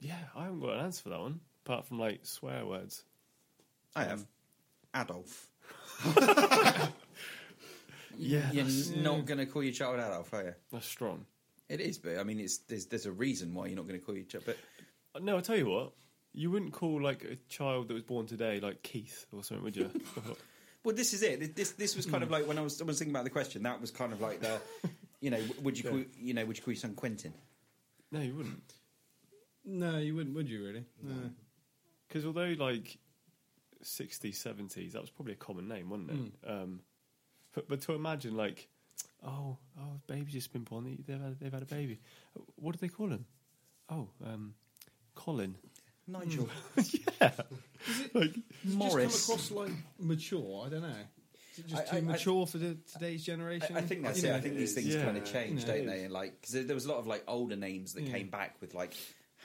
Speaker 2: yeah, I haven't got an answer for that one, apart from like swear words.
Speaker 3: I have.
Speaker 2: Hmm.
Speaker 3: Adolf.
Speaker 2: Yeah,
Speaker 3: You're
Speaker 2: that's,
Speaker 3: not going to call your child Adolf, are you?
Speaker 2: that's strong.
Speaker 3: It is, but I mean, it's there's, there's a reason why you're not going to call your child. But
Speaker 2: Uh, No, I tell you what, you wouldn't call like a child that was born today like Keith or something, would you?
Speaker 3: well, this is it. This this was kind of like when I was I was thinking about the question. That was kind of like the, you know, would you call you know would you call your son Quentin?
Speaker 2: no, you wouldn't,
Speaker 5: No, you wouldn't, would you? Really? No.
Speaker 2: because although like 60s, 70s, that was probably a common name, wasn't it?
Speaker 5: Hmm.
Speaker 2: Um, but, but to imagine like, oh, oh, baby's just been born. They- They've had, they've had a baby. What do they call him? Oh, um, Colin.
Speaker 3: Nigel,
Speaker 2: Like,
Speaker 5: Does it
Speaker 3: Morris.
Speaker 5: Just come across like mature. I don't know. Is it just
Speaker 3: I-
Speaker 5: too
Speaker 3: I- I-
Speaker 5: mature for the, today's generation?
Speaker 3: I, I think that's
Speaker 5: You
Speaker 3: it.
Speaker 5: know,
Speaker 3: I think these things
Speaker 2: Yeah.
Speaker 3: kind of change,
Speaker 5: Yeah,
Speaker 3: don't
Speaker 5: it
Speaker 3: they? And like, because there was a lot of like older names that
Speaker 5: Yeah.
Speaker 3: came back with like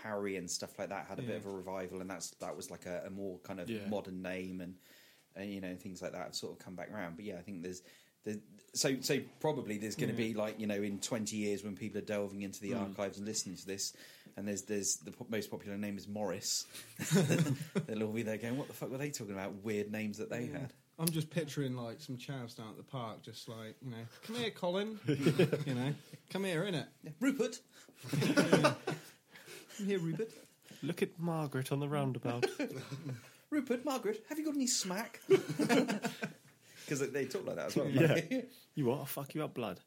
Speaker 3: Harry and stuff like that had a
Speaker 5: Yeah.
Speaker 3: bit of a revival, and that's that was like a, a more kind of
Speaker 2: Yeah.
Speaker 3: modern name, and and you know things like that have sort of come back around. But yeah, I think there's. the So, so probably there's going to be like you know in 20 years when people are delving into the archives and listening to this, and there's there's the po- most popular name is Morris. They'll all be there going, "What the fuck were they talking about? Weird names that they had."
Speaker 5: I'm just picturing like some chavs down at the park, just like you know, come here, Colin. you know, come here, innit?
Speaker 3: Rupert,
Speaker 5: Come here, Rupert.
Speaker 2: look at Margaret on the roundabout.
Speaker 3: Rupert, Margaret, have you got any smack? Because they talk like that as well.
Speaker 2: Yeah. you what? I'll fuck you up, blood.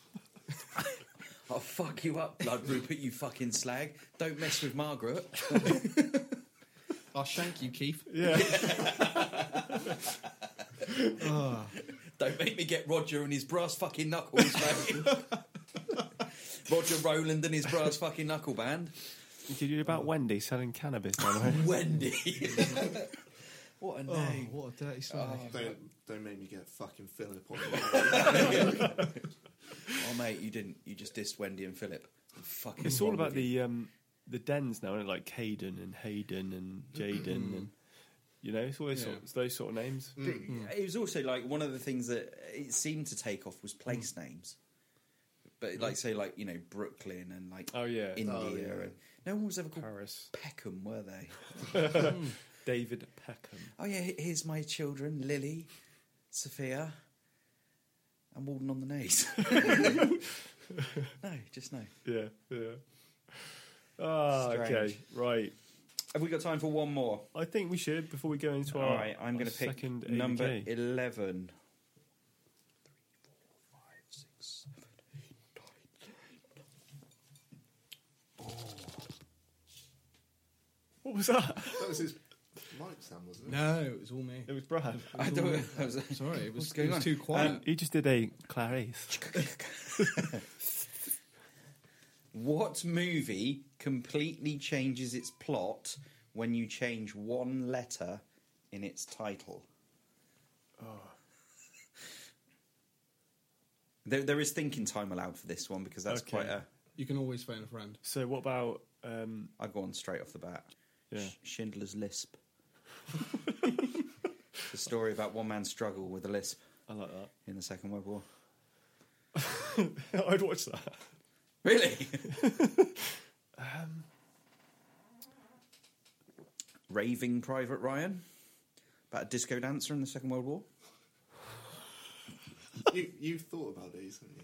Speaker 3: I'll fuck you up, blood Rupert, you fucking slag. Don't mess with Margaret.
Speaker 5: I'll shank you, Keith.
Speaker 2: Yeah.
Speaker 3: Oh, Don't make me get Roger and his brass fucking knuckles, mate. Roger Rowland and his brass fucking knuckle band.
Speaker 2: Did you hear
Speaker 5: Oh.
Speaker 2: about Wendy selling cannabis down the way?
Speaker 3: Wendy. what a
Speaker 5: Oh,
Speaker 3: name.
Speaker 5: what a dirty slag!
Speaker 4: Don't don't make me get fucking Philip on. it.
Speaker 3: Oh, mate, you didn't. You just dissed Wendy and Philip. Fucking
Speaker 2: It's all
Speaker 3: wrong
Speaker 2: about
Speaker 3: with you.
Speaker 2: the um, the dens now, isn't it? like Caden and Hayden and Jaden and you know, it's all those,
Speaker 5: Yeah.
Speaker 2: sort, it's those sort of names. mm.
Speaker 3: It was also like one of the things that it seemed to take off was place
Speaker 2: Mm.
Speaker 3: names. But like say like you know Brooklyn and like
Speaker 2: Oh yeah,
Speaker 3: India
Speaker 4: Oh, yeah.
Speaker 3: and no one was ever called
Speaker 2: Paris,
Speaker 3: Peckham, were they?
Speaker 2: David Peckham.
Speaker 3: Oh yeah, he- here's my children, Lily, Sophia, and Walden on the Naze. no, just no.
Speaker 2: Yeah, yeah. Ah,
Speaker 3: Strange.
Speaker 2: okay, right.
Speaker 3: Have we got time for one more?
Speaker 2: I think we should before we go into our.
Speaker 3: All right, I'm going to pick
Speaker 2: Oh, second ABK.
Speaker 3: number eleven.
Speaker 2: What was that?
Speaker 4: that was his mic sound, wasn't it?
Speaker 5: No, it was all me.
Speaker 2: It was Brad.
Speaker 3: I don't. I was,
Speaker 5: Sorry, it was,
Speaker 3: What's going
Speaker 5: it was
Speaker 3: on?
Speaker 5: too quiet.
Speaker 3: Um,
Speaker 2: He just did a Clarice.
Speaker 3: What movie completely changes its plot when you change one letter in its title?
Speaker 2: Oh.
Speaker 3: There, there is thinking time allowed for this one because that's
Speaker 2: Okay.
Speaker 3: quite a.
Speaker 5: you can always phone a friend.
Speaker 2: So what about? Um,
Speaker 3: I go on straight off the bat.
Speaker 2: Yeah.
Speaker 3: Schindler's Lisp. the story about one man's struggle with a lisp
Speaker 2: I like that.
Speaker 3: in the Second World War.
Speaker 2: I'd watch that.
Speaker 3: Really? Um, Raving Private Ryan about a disco dancer in the Second World War.
Speaker 4: you, you've thought about these, haven't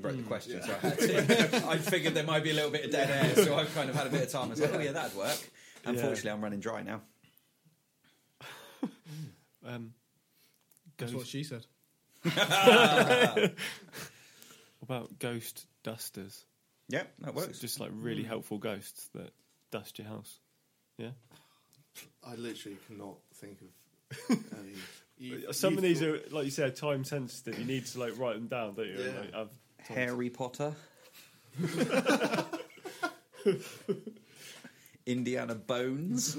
Speaker 4: you?
Speaker 3: I wrote the questions. so I, had to. I figured there might be a little bit of dead air, so I've kind of had a bit of time. I was like, oh yeah, that'd work. Unfortunately, I'm running dry now.
Speaker 2: Um,
Speaker 5: That's
Speaker 2: ghost,
Speaker 5: what she said.
Speaker 2: about ghost dusters?
Speaker 3: Yeah, that
Speaker 2: So
Speaker 3: works.
Speaker 2: Just like really helpful ghosts that dust your house. Yeah.
Speaker 4: I literally cannot think of any. You-
Speaker 2: Some of these
Speaker 4: you've thought-
Speaker 2: are, like you said, time sensitive. You need to like write them down, don't you? And,
Speaker 4: Yeah.
Speaker 2: like, have time to-
Speaker 3: Harry Potter. Indiana Bones.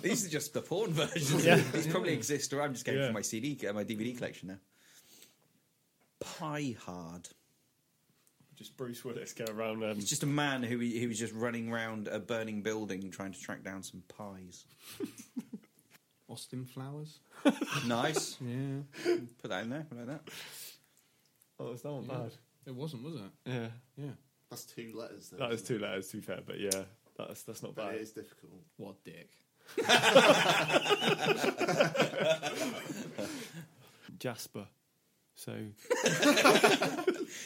Speaker 3: These are just the porn versions.
Speaker 2: Yeah.
Speaker 3: These probably exist, or I'm just going
Speaker 2: Yeah.
Speaker 3: for my CD, uh, my DVD collection now. Pie Hard.
Speaker 2: Just Bruce Willis go around. Um,
Speaker 3: It's just a man who who was just running around a burning building trying to track down some pies.
Speaker 5: Austin Flowers.
Speaker 3: nice.
Speaker 5: Yeah.
Speaker 3: Put that in there. Like that.
Speaker 2: oh, it's not bad.
Speaker 5: It wasn't, was it?
Speaker 2: Yeah,
Speaker 5: Yeah.
Speaker 4: That's two letters. Though,
Speaker 2: that is
Speaker 4: isn't
Speaker 2: two letters. To be fair, but yeah, that's that's not
Speaker 4: it? But
Speaker 2: bad.
Speaker 4: it is difficult.
Speaker 5: What a dick.
Speaker 2: Jasper. So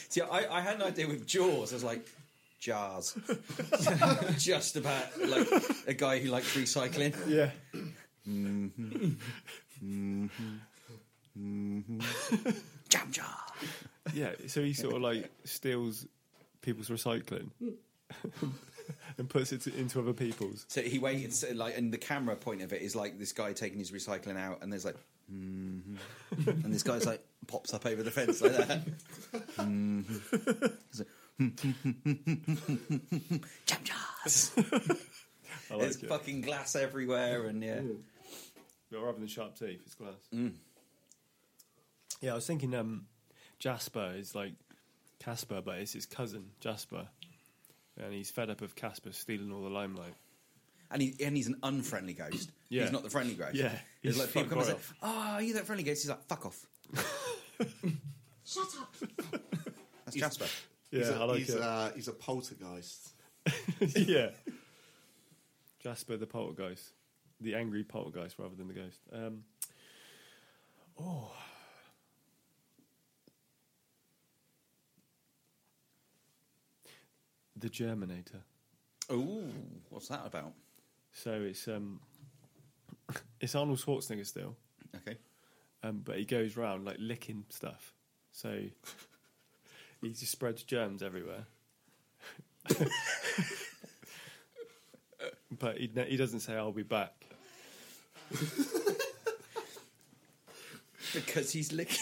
Speaker 3: See, I, I had an idea with Jaws. I was like, jars. just about like a guy who likes recycling.
Speaker 2: yeah,
Speaker 3: Jam jar.
Speaker 2: yeah. So he sort of like steals people's recycling Hmm. and puts it to, into other people's.
Speaker 3: So he waited, so like, and the camera point of it is like this guy taking his recycling out, and there's like, mhm. and this guy's like pops up over the fence like that. Mhm. He's like, Jam jars.
Speaker 2: I like
Speaker 3: There's
Speaker 2: it.
Speaker 3: fucking glass everywhere, and yeah.
Speaker 2: But rather than sharp teeth, it's glass.
Speaker 4: Mm.
Speaker 2: Yeah, I was thinking um, Jasper is like Casper, but it's his cousin Jasper, and he's fed up of Casper stealing all the limelight.
Speaker 3: And he and he's an unfriendly ghost.
Speaker 2: Yeah.
Speaker 3: He's not the friendly ghost.
Speaker 2: Yeah,
Speaker 3: There's
Speaker 2: he's
Speaker 3: like people
Speaker 2: fuck
Speaker 3: come and say,
Speaker 2: right off.
Speaker 3: "Oh, are you that friendly ghost?" He's like, "Fuck off."
Speaker 4: Shut up.
Speaker 3: That's Jasper.
Speaker 2: Yeah,
Speaker 4: he's a,
Speaker 2: I like
Speaker 4: he's,
Speaker 2: it.
Speaker 4: uh, he's a poltergeist.
Speaker 2: yeah. Jasper the poltergeist. The angry poltergeist rather than the ghost. Um, oh. The Germinator.
Speaker 3: Ooh, what's that about?
Speaker 2: So it's um, it's Arnold Schwarzenegger still,
Speaker 3: Okay.
Speaker 2: um, but he goes round like licking stuff. So he just spreads germs everywhere. but he, he doesn't say, I'll be back.
Speaker 3: Because he's licking.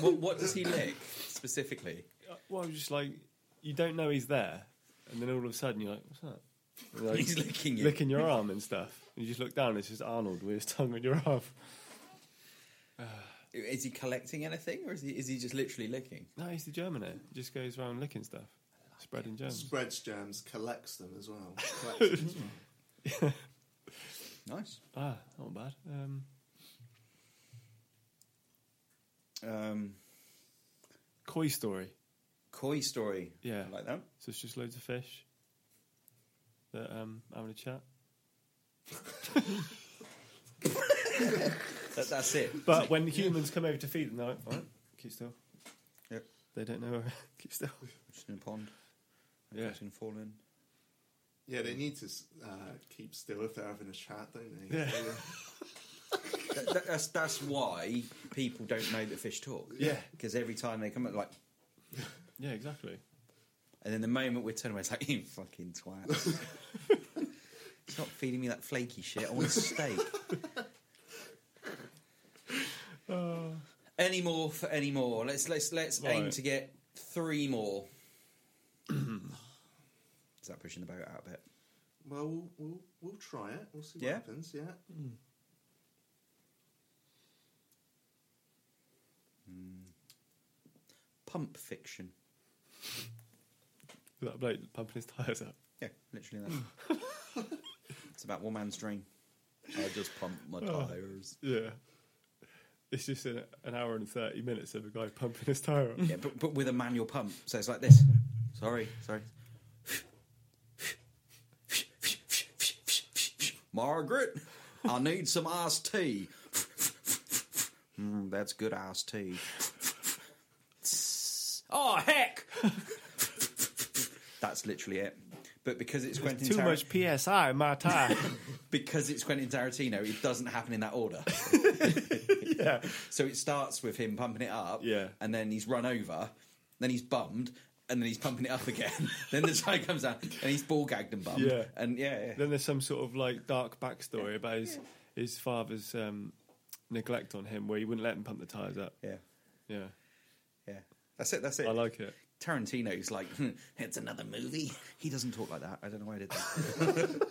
Speaker 3: what, what does he lick specifically?
Speaker 2: Uh, Well, just like, you don't know he's there. And then all of a sudden you're like, what's that? And you're like,
Speaker 3: he's licking you.
Speaker 2: licking your arm and stuff. And you just look down and it's just Arnold with his tongue on your arm.
Speaker 3: Is he collecting anything, or is he is he just literally licking?
Speaker 2: No, he's the Germinator. He just goes around licking stuff, spreading germs.
Speaker 4: Spreads germs, collects them as well. Collects them as well.
Speaker 3: Nice.
Speaker 2: Ah, not bad. Um,
Speaker 3: Um,
Speaker 2: Koi Story.
Speaker 3: Koi story.
Speaker 2: Yeah.
Speaker 3: I like that.
Speaker 2: So it's just loads of fish that um having a chat.
Speaker 3: that that's it.
Speaker 2: But when humans come over to feed them, they're like, all right, keep still.
Speaker 3: Yep.
Speaker 2: They don't know. keep still.
Speaker 3: Just in a pond.
Speaker 2: Yeah.
Speaker 3: Just in falling.
Speaker 4: Yeah, they need to uh, keep still if they're having a chat, don't they?
Speaker 2: Yeah.
Speaker 3: That- that- that's that's why people don't know that fish talk.
Speaker 2: Yeah.
Speaker 3: Because every time they come up, like,
Speaker 2: Yeah, exactly.
Speaker 3: and then the moment we're turning away, it's like you fucking twat. It's not feeding me that flaky shit. I want a steak. Any more for any more? Let's let's let's aim
Speaker 2: Right.
Speaker 3: to get three more. Is that pushing the boat out a bit?
Speaker 4: Well, we'll, we'll, we'll try it. We'll see what
Speaker 3: Yeah.
Speaker 4: happens. Yeah.
Speaker 3: Pump fiction.
Speaker 2: That bloke pumping his tyres up.
Speaker 3: Yeah, literally that. it's about one man's dream. I just pump my tires.
Speaker 2: Yeah. It's just an, an hour and 30 minutes of a guy pumping his tyre up.
Speaker 3: Yeah, but, but with a manual pump, so it's like this. Sorry, sorry. Margaret, I need some iced tea. Mm, That's good ass too. oh heck! That's literally it. But because it's Quentin
Speaker 2: Too
Speaker 3: Tar-
Speaker 2: much PSI in my time.
Speaker 3: because it's Quentin Tarantino, it doesn't happen in that order.
Speaker 2: yeah.
Speaker 3: So it starts with him pumping it up,
Speaker 2: Yeah.
Speaker 3: and then he's run over, then he's bummed, and then he's pumping it up again. then the guy comes out and he's ball gagged and bummed,
Speaker 2: Yeah.
Speaker 3: and yeah, yeah.
Speaker 2: Then there's some sort of like dark backstory about his his father's um, neglect on him, where he wouldn't let him pump the tires up.
Speaker 3: yeah,
Speaker 2: Yeah,
Speaker 3: yeah. That's it. That's it.
Speaker 2: I like it.
Speaker 3: Tarantino's like, "Hmm, it's another movie. He doesn't talk like that. I don't know why I did that.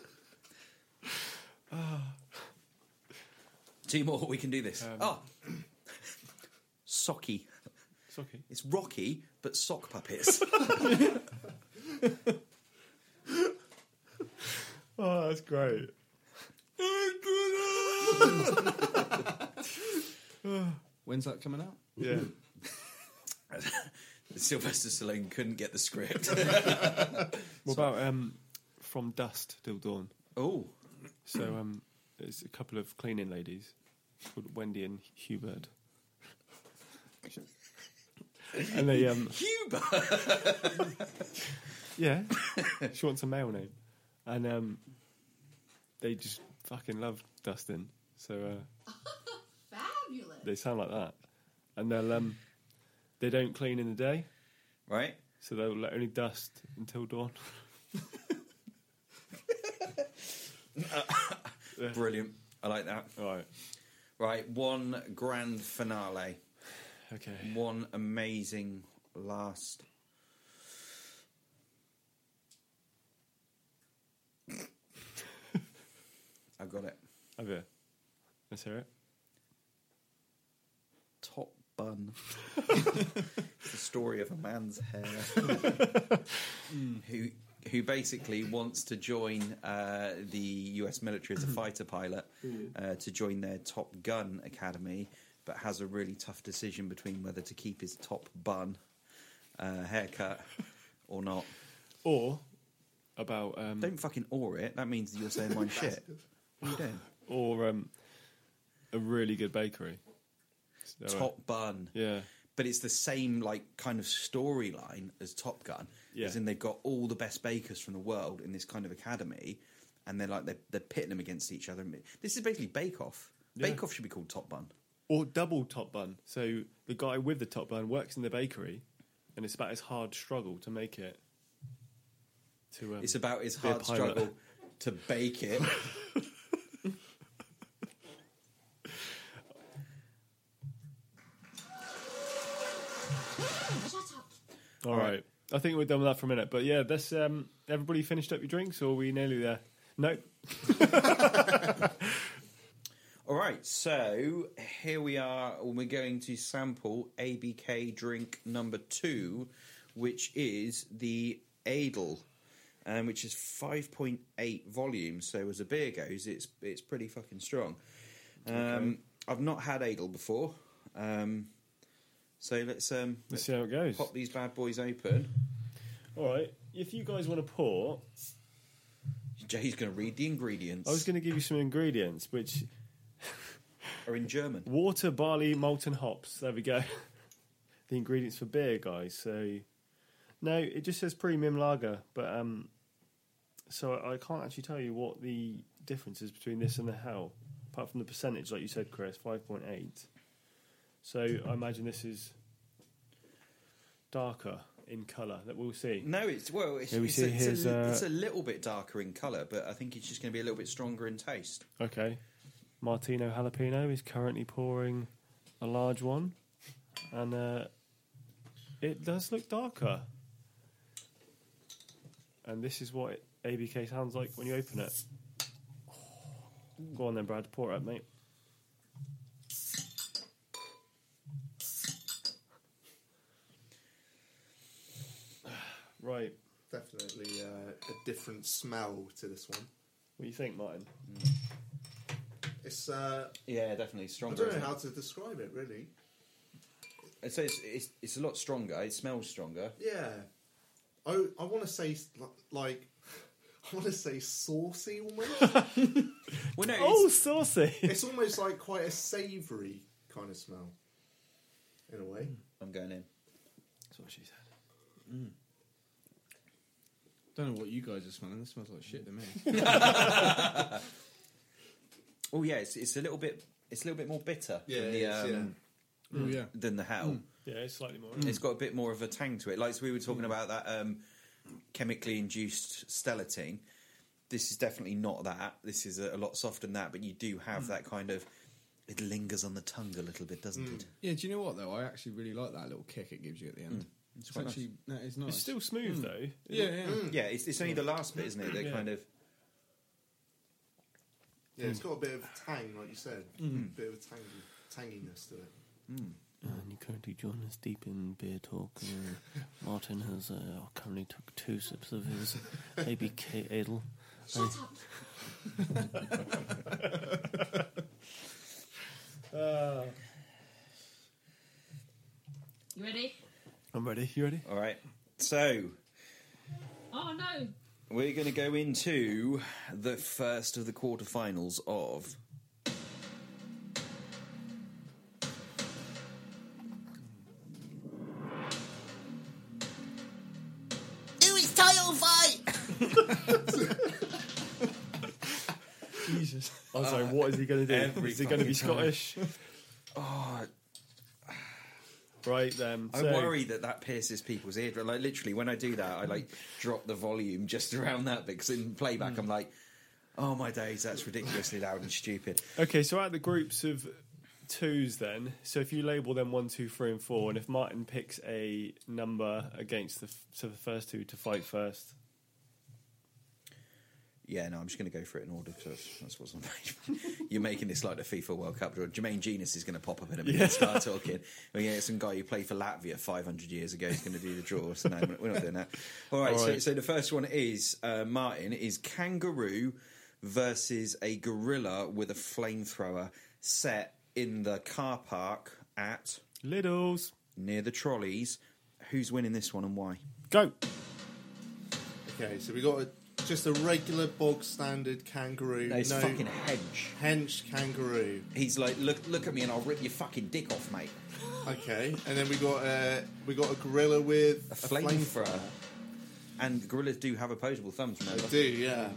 Speaker 3: Two more. We can do this. oh, Socky.
Speaker 2: Socky.
Speaker 3: It's Rocky, but sock puppets.
Speaker 2: Oh, that's great.
Speaker 5: When's that coming out?
Speaker 2: Yeah,
Speaker 3: Sylvester Stallone couldn't get the script.
Speaker 2: what about um, from dusk till dawn?
Speaker 3: oh,
Speaker 2: So um, there's a couple of cleaning ladies called Wendy and Hubert. and they um
Speaker 3: Cuba.
Speaker 2: yeah, she wants a male name, and um, they just fucking love Dustin. So. Uh,
Speaker 6: Fabulous.
Speaker 2: They sound like that, and they'll um, they don't clean in the day,
Speaker 3: Right?
Speaker 2: so they'll like, only dust until dawn.
Speaker 3: Brilliant. I like that.
Speaker 2: Right.
Speaker 3: Right, one grand finale.
Speaker 2: Okay.
Speaker 3: One amazing last. I got it.
Speaker 2: Have you? Let's hear it.
Speaker 3: Top bun. the story of a man's hair who who basically wants to join uh, the U.S. military as a fighter pilot uh, to join their Top Gun Academy, but has a really tough decision between whether to keep his top bun uh, haircut or not.
Speaker 2: Or about um,
Speaker 3: Don't fucking awe it. That means you're saying mine shit. What are you doing?
Speaker 2: or um, a really good bakery. So, uh,
Speaker 3: Top bun.
Speaker 2: yeah.
Speaker 3: but it's the same like kind of storyline as Top Gun.
Speaker 2: Yeah.
Speaker 3: As in they've got all the best bakers from the world in this kind of academy, and they're like they're, they're pitting them against each other. This is basically Bake Off.
Speaker 2: Yeah.
Speaker 3: Bake Off should be called Top Bun.
Speaker 2: Or double top bun. So the guy with the top bun works in the bakery, and it's about his hard struggle to make it. To um,
Speaker 3: It's about his
Speaker 2: a
Speaker 3: hard
Speaker 2: pilot.
Speaker 3: struggle to bake it.
Speaker 6: Shut up.
Speaker 2: all right. I think we're done with that for a minute. But yeah, that's um, everybody finished up your drinks, or are we nearly there? Nope.
Speaker 3: all right, so here we are. and We're going to sample ABK drink number two, which is the Adel. Um, which is 5.8 volume, so as a beer goes, it's it's pretty fucking strong. Um, I've not had Adel before, um, so let's um,
Speaker 2: Let's see how it goes.
Speaker 3: pop these bad boys open.
Speaker 2: All right. If you guys want to pour,
Speaker 3: Jay's going to read the ingredients.
Speaker 2: I was going to give you some ingredients, which
Speaker 3: Are in German.
Speaker 2: water, barley, malt, and hops. There we go. the ingredients for beer, guys. So, no, it just says premium lager, but um, so I can't actually tell you what the difference is between this and the hell, apart from the percentage, like you said, Chris, five point eight. So I imagine this is darker in colour. That we'll see.
Speaker 3: No, it's well, it's,
Speaker 2: Here we
Speaker 3: it's,
Speaker 2: see
Speaker 3: a, it's,
Speaker 2: his,
Speaker 3: a,
Speaker 2: uh,
Speaker 3: it's a little bit darker in colour, but I think it's just going to be a little bit stronger in taste.
Speaker 2: Okay. Martino Jalapeno is currently pouring a large one, and uh, it does look darker. And this is what it, ABK sounds like when you open it. Go on then, Brad, pour it up, mate. Right,
Speaker 4: Definitely uh, a different smell to this one.
Speaker 2: what do you think, Martin?
Speaker 4: It's uh,
Speaker 3: Yeah, definitely
Speaker 4: I
Speaker 3: stronger.
Speaker 4: don't know
Speaker 3: isn't
Speaker 4: how to describe it really.
Speaker 3: it? So it's, it's it's a lot stronger. It smells stronger.
Speaker 4: Yeah, I I want to say s- like I want to say saucy almost.
Speaker 3: Well, no,
Speaker 2: Oh,
Speaker 3: it's,
Speaker 2: saucy!
Speaker 4: it's almost like quite a savoury kind of smell. in a way.
Speaker 3: I'm going in.
Speaker 2: That's what she said.
Speaker 5: Don't know what you guys are smelling. This smells like shit to me.
Speaker 3: Oh yeah, it's, it's a little bit it's a little bit more bitter than the
Speaker 4: it's-
Speaker 3: um,
Speaker 5: oh yeah.
Speaker 3: than the hell.
Speaker 2: Yeah, it's slightly more.
Speaker 3: It's got a bit more of a tang to it. Like so we were
Speaker 2: Hmm.
Speaker 3: talking about that um, chemically induced stellating. This is definitely not that. This is a, a lot softer than that, but you do
Speaker 2: Hmm.
Speaker 3: have that kind of. It lingers on the tongue a little bit, doesn't
Speaker 4: Hmm.
Speaker 3: it?
Speaker 5: Yeah, do you know what though? I actually really like that little kick it gives you at the end. Mm. It's,
Speaker 3: quite
Speaker 5: actually that is nice.
Speaker 2: It's still smooth though.
Speaker 5: yeah, yeah.
Speaker 3: Yeah, it's, it's only the last bit, isn't it? That
Speaker 2: Yeah.
Speaker 3: kind of.
Speaker 4: Yeah, it's got a bit of tang, like you said, a bit of a tangy, tanginess to it.
Speaker 7: And you currently join us deep in beer talk. Uh, Martin has uh, currently took two sips of his ABK Edel.
Speaker 6: Shut up.
Speaker 2: Uh,
Speaker 6: You ready?
Speaker 2: I'm ready. You ready?
Speaker 3: All right, so
Speaker 6: Oh no.
Speaker 3: we're going to go into the first of the quarterfinals of
Speaker 5: Jesus.
Speaker 2: I was like, what is he going to do?
Speaker 3: every
Speaker 2: Is he going to be
Speaker 3: fucking time.
Speaker 2: Scottish?
Speaker 3: oh,
Speaker 2: right then.
Speaker 3: I
Speaker 2: so-
Speaker 3: worry that that pierces people's ear. Like literally, when I do that, I like drop the volume just around that bit because in
Speaker 2: Hmm.
Speaker 3: playback, I'm like, oh my days, that's ridiculously loud and stupid.
Speaker 2: Okay, so out of the groups of twos, then, so if you label them one, two, three, and four, and if Martin picks a number against the f- so the first two to fight first,
Speaker 3: Yeah, no, I'm just going to go for it in order because that's what's on page. You're making this like the FIFA World Cup draw. Jermaine Genius is going to pop up in a minute and start talking. We're going to get some guy who played for Latvia 500 years ago is going to do the draw. So no, we're not doing that. All right, So, so the first one is uh, Martin is kangaroo versus a gorilla with a flamethrower set in the car park at
Speaker 2: Liddles,
Speaker 3: near the trolleys. Who's winning this one and why?
Speaker 2: go.
Speaker 4: Okay, so we got a, just a regular bog standard kangaroo.
Speaker 3: No, it's
Speaker 4: no
Speaker 3: fucking hedge.
Speaker 4: hench kangaroo.
Speaker 3: He's like, look, look at me, and I'll rip your fucking dick off, mate.
Speaker 4: Okay, and then we got a we got a gorilla with
Speaker 3: a flamethrower. And gorillas do have opposable thumbs, remember?
Speaker 4: I do, yeah.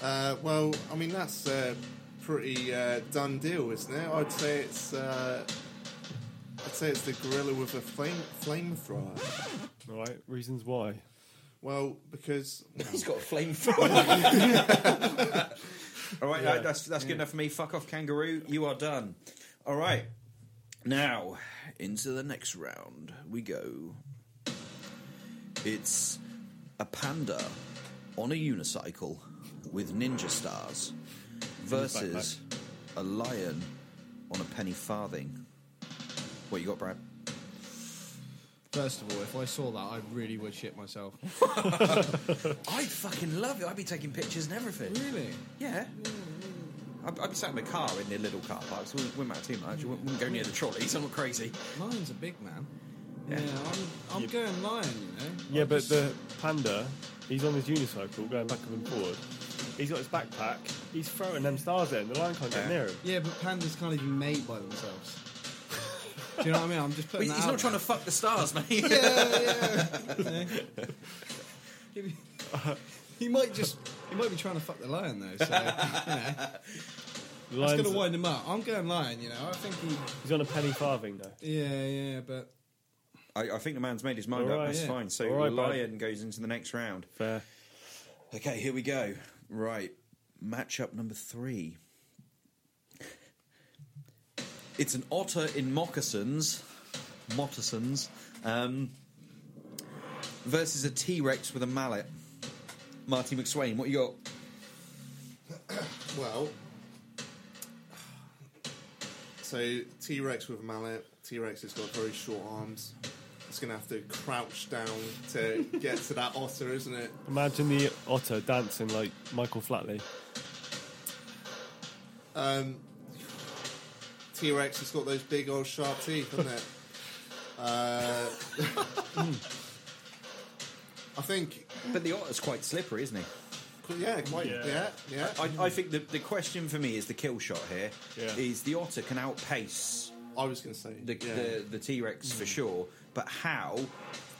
Speaker 4: Uh, well, I mean that's a pretty uh, done deal, isn't it? I'd say it's uh, I'd say it's the gorilla with a flame flamethrower.
Speaker 2: All right, reasons why.
Speaker 4: Well, because
Speaker 3: He's got a flamethrower. All right, that- that's that's good enough for me. Fuck off, kangaroo. You are done. All right, now into the next round we go. It's a panda on a unicycle with ninja stars versus a lion on a penny farthing. What you got, Brad?
Speaker 5: First of all, if I saw that, I really would shit myself.
Speaker 3: I'd fucking love it. I'd be taking pictures and everything.
Speaker 5: really?
Speaker 3: Yeah. I'd, I'd be sat in my car in the little car parks. Wouldn't, wouldn't matter too much. I wouldn't, wouldn't go near the trolleys. I'm not crazy.
Speaker 5: Lion's a big man.
Speaker 3: Yeah.
Speaker 5: Yeah, I'm, I'm going lion, you know.
Speaker 2: Yeah,
Speaker 5: I
Speaker 2: but
Speaker 5: just-
Speaker 2: the panda, he's on his unicycle going back and forward. He's got his backpack. He's throwing them stars in. The lion can't get
Speaker 3: Yeah.
Speaker 2: near him.
Speaker 5: Yeah, but pandas can't even mate by themselves. Do you know what I mean? I'm just
Speaker 3: But
Speaker 5: putting
Speaker 3: he's
Speaker 5: that
Speaker 3: not
Speaker 5: out
Speaker 3: trying to
Speaker 5: there.
Speaker 3: fuck the stars, mate.
Speaker 5: Yeah. Give me- he might just. He might be trying to fuck the lion though, so you know,
Speaker 2: The
Speaker 5: that's
Speaker 2: lion's,
Speaker 5: gonna wind him up. I'm going lion, you know. I think he
Speaker 2: he's on a penny farthing though.
Speaker 5: Yeah, yeah, but
Speaker 3: I, I think the man's made his mind
Speaker 2: All
Speaker 3: up.
Speaker 2: right,
Speaker 3: That's
Speaker 5: yeah.
Speaker 3: fine. So
Speaker 2: All right,
Speaker 3: the
Speaker 2: bud.
Speaker 3: lion goes into the next round.
Speaker 2: Fair.
Speaker 3: Okay, here we go. Right. Matchup number three. It's an otter in moccasins. Moccasins. Um, versus a T Rex with a mallet. Marty McSwain, what you got?
Speaker 4: well, so T Rex with a mallet. T Rex has got very short arms. It's gonna have to crouch down to get to that otter, isn't it?
Speaker 2: Imagine the otter dancing like Michael Flatley.
Speaker 4: Um, T Rex has got those big old sharp teeth, hasn't it? Uh, I think,
Speaker 3: But the otter's quite slippery, isn't he?
Speaker 4: yeah, quite,
Speaker 2: Yeah.
Speaker 4: yeah, yeah.
Speaker 3: I, I think the, the question for me is the kill shot here. Is
Speaker 2: Yeah.
Speaker 3: the otter can outpace
Speaker 4: I was going to say
Speaker 3: the
Speaker 4: yeah.
Speaker 3: the, the T Rex for sure. But how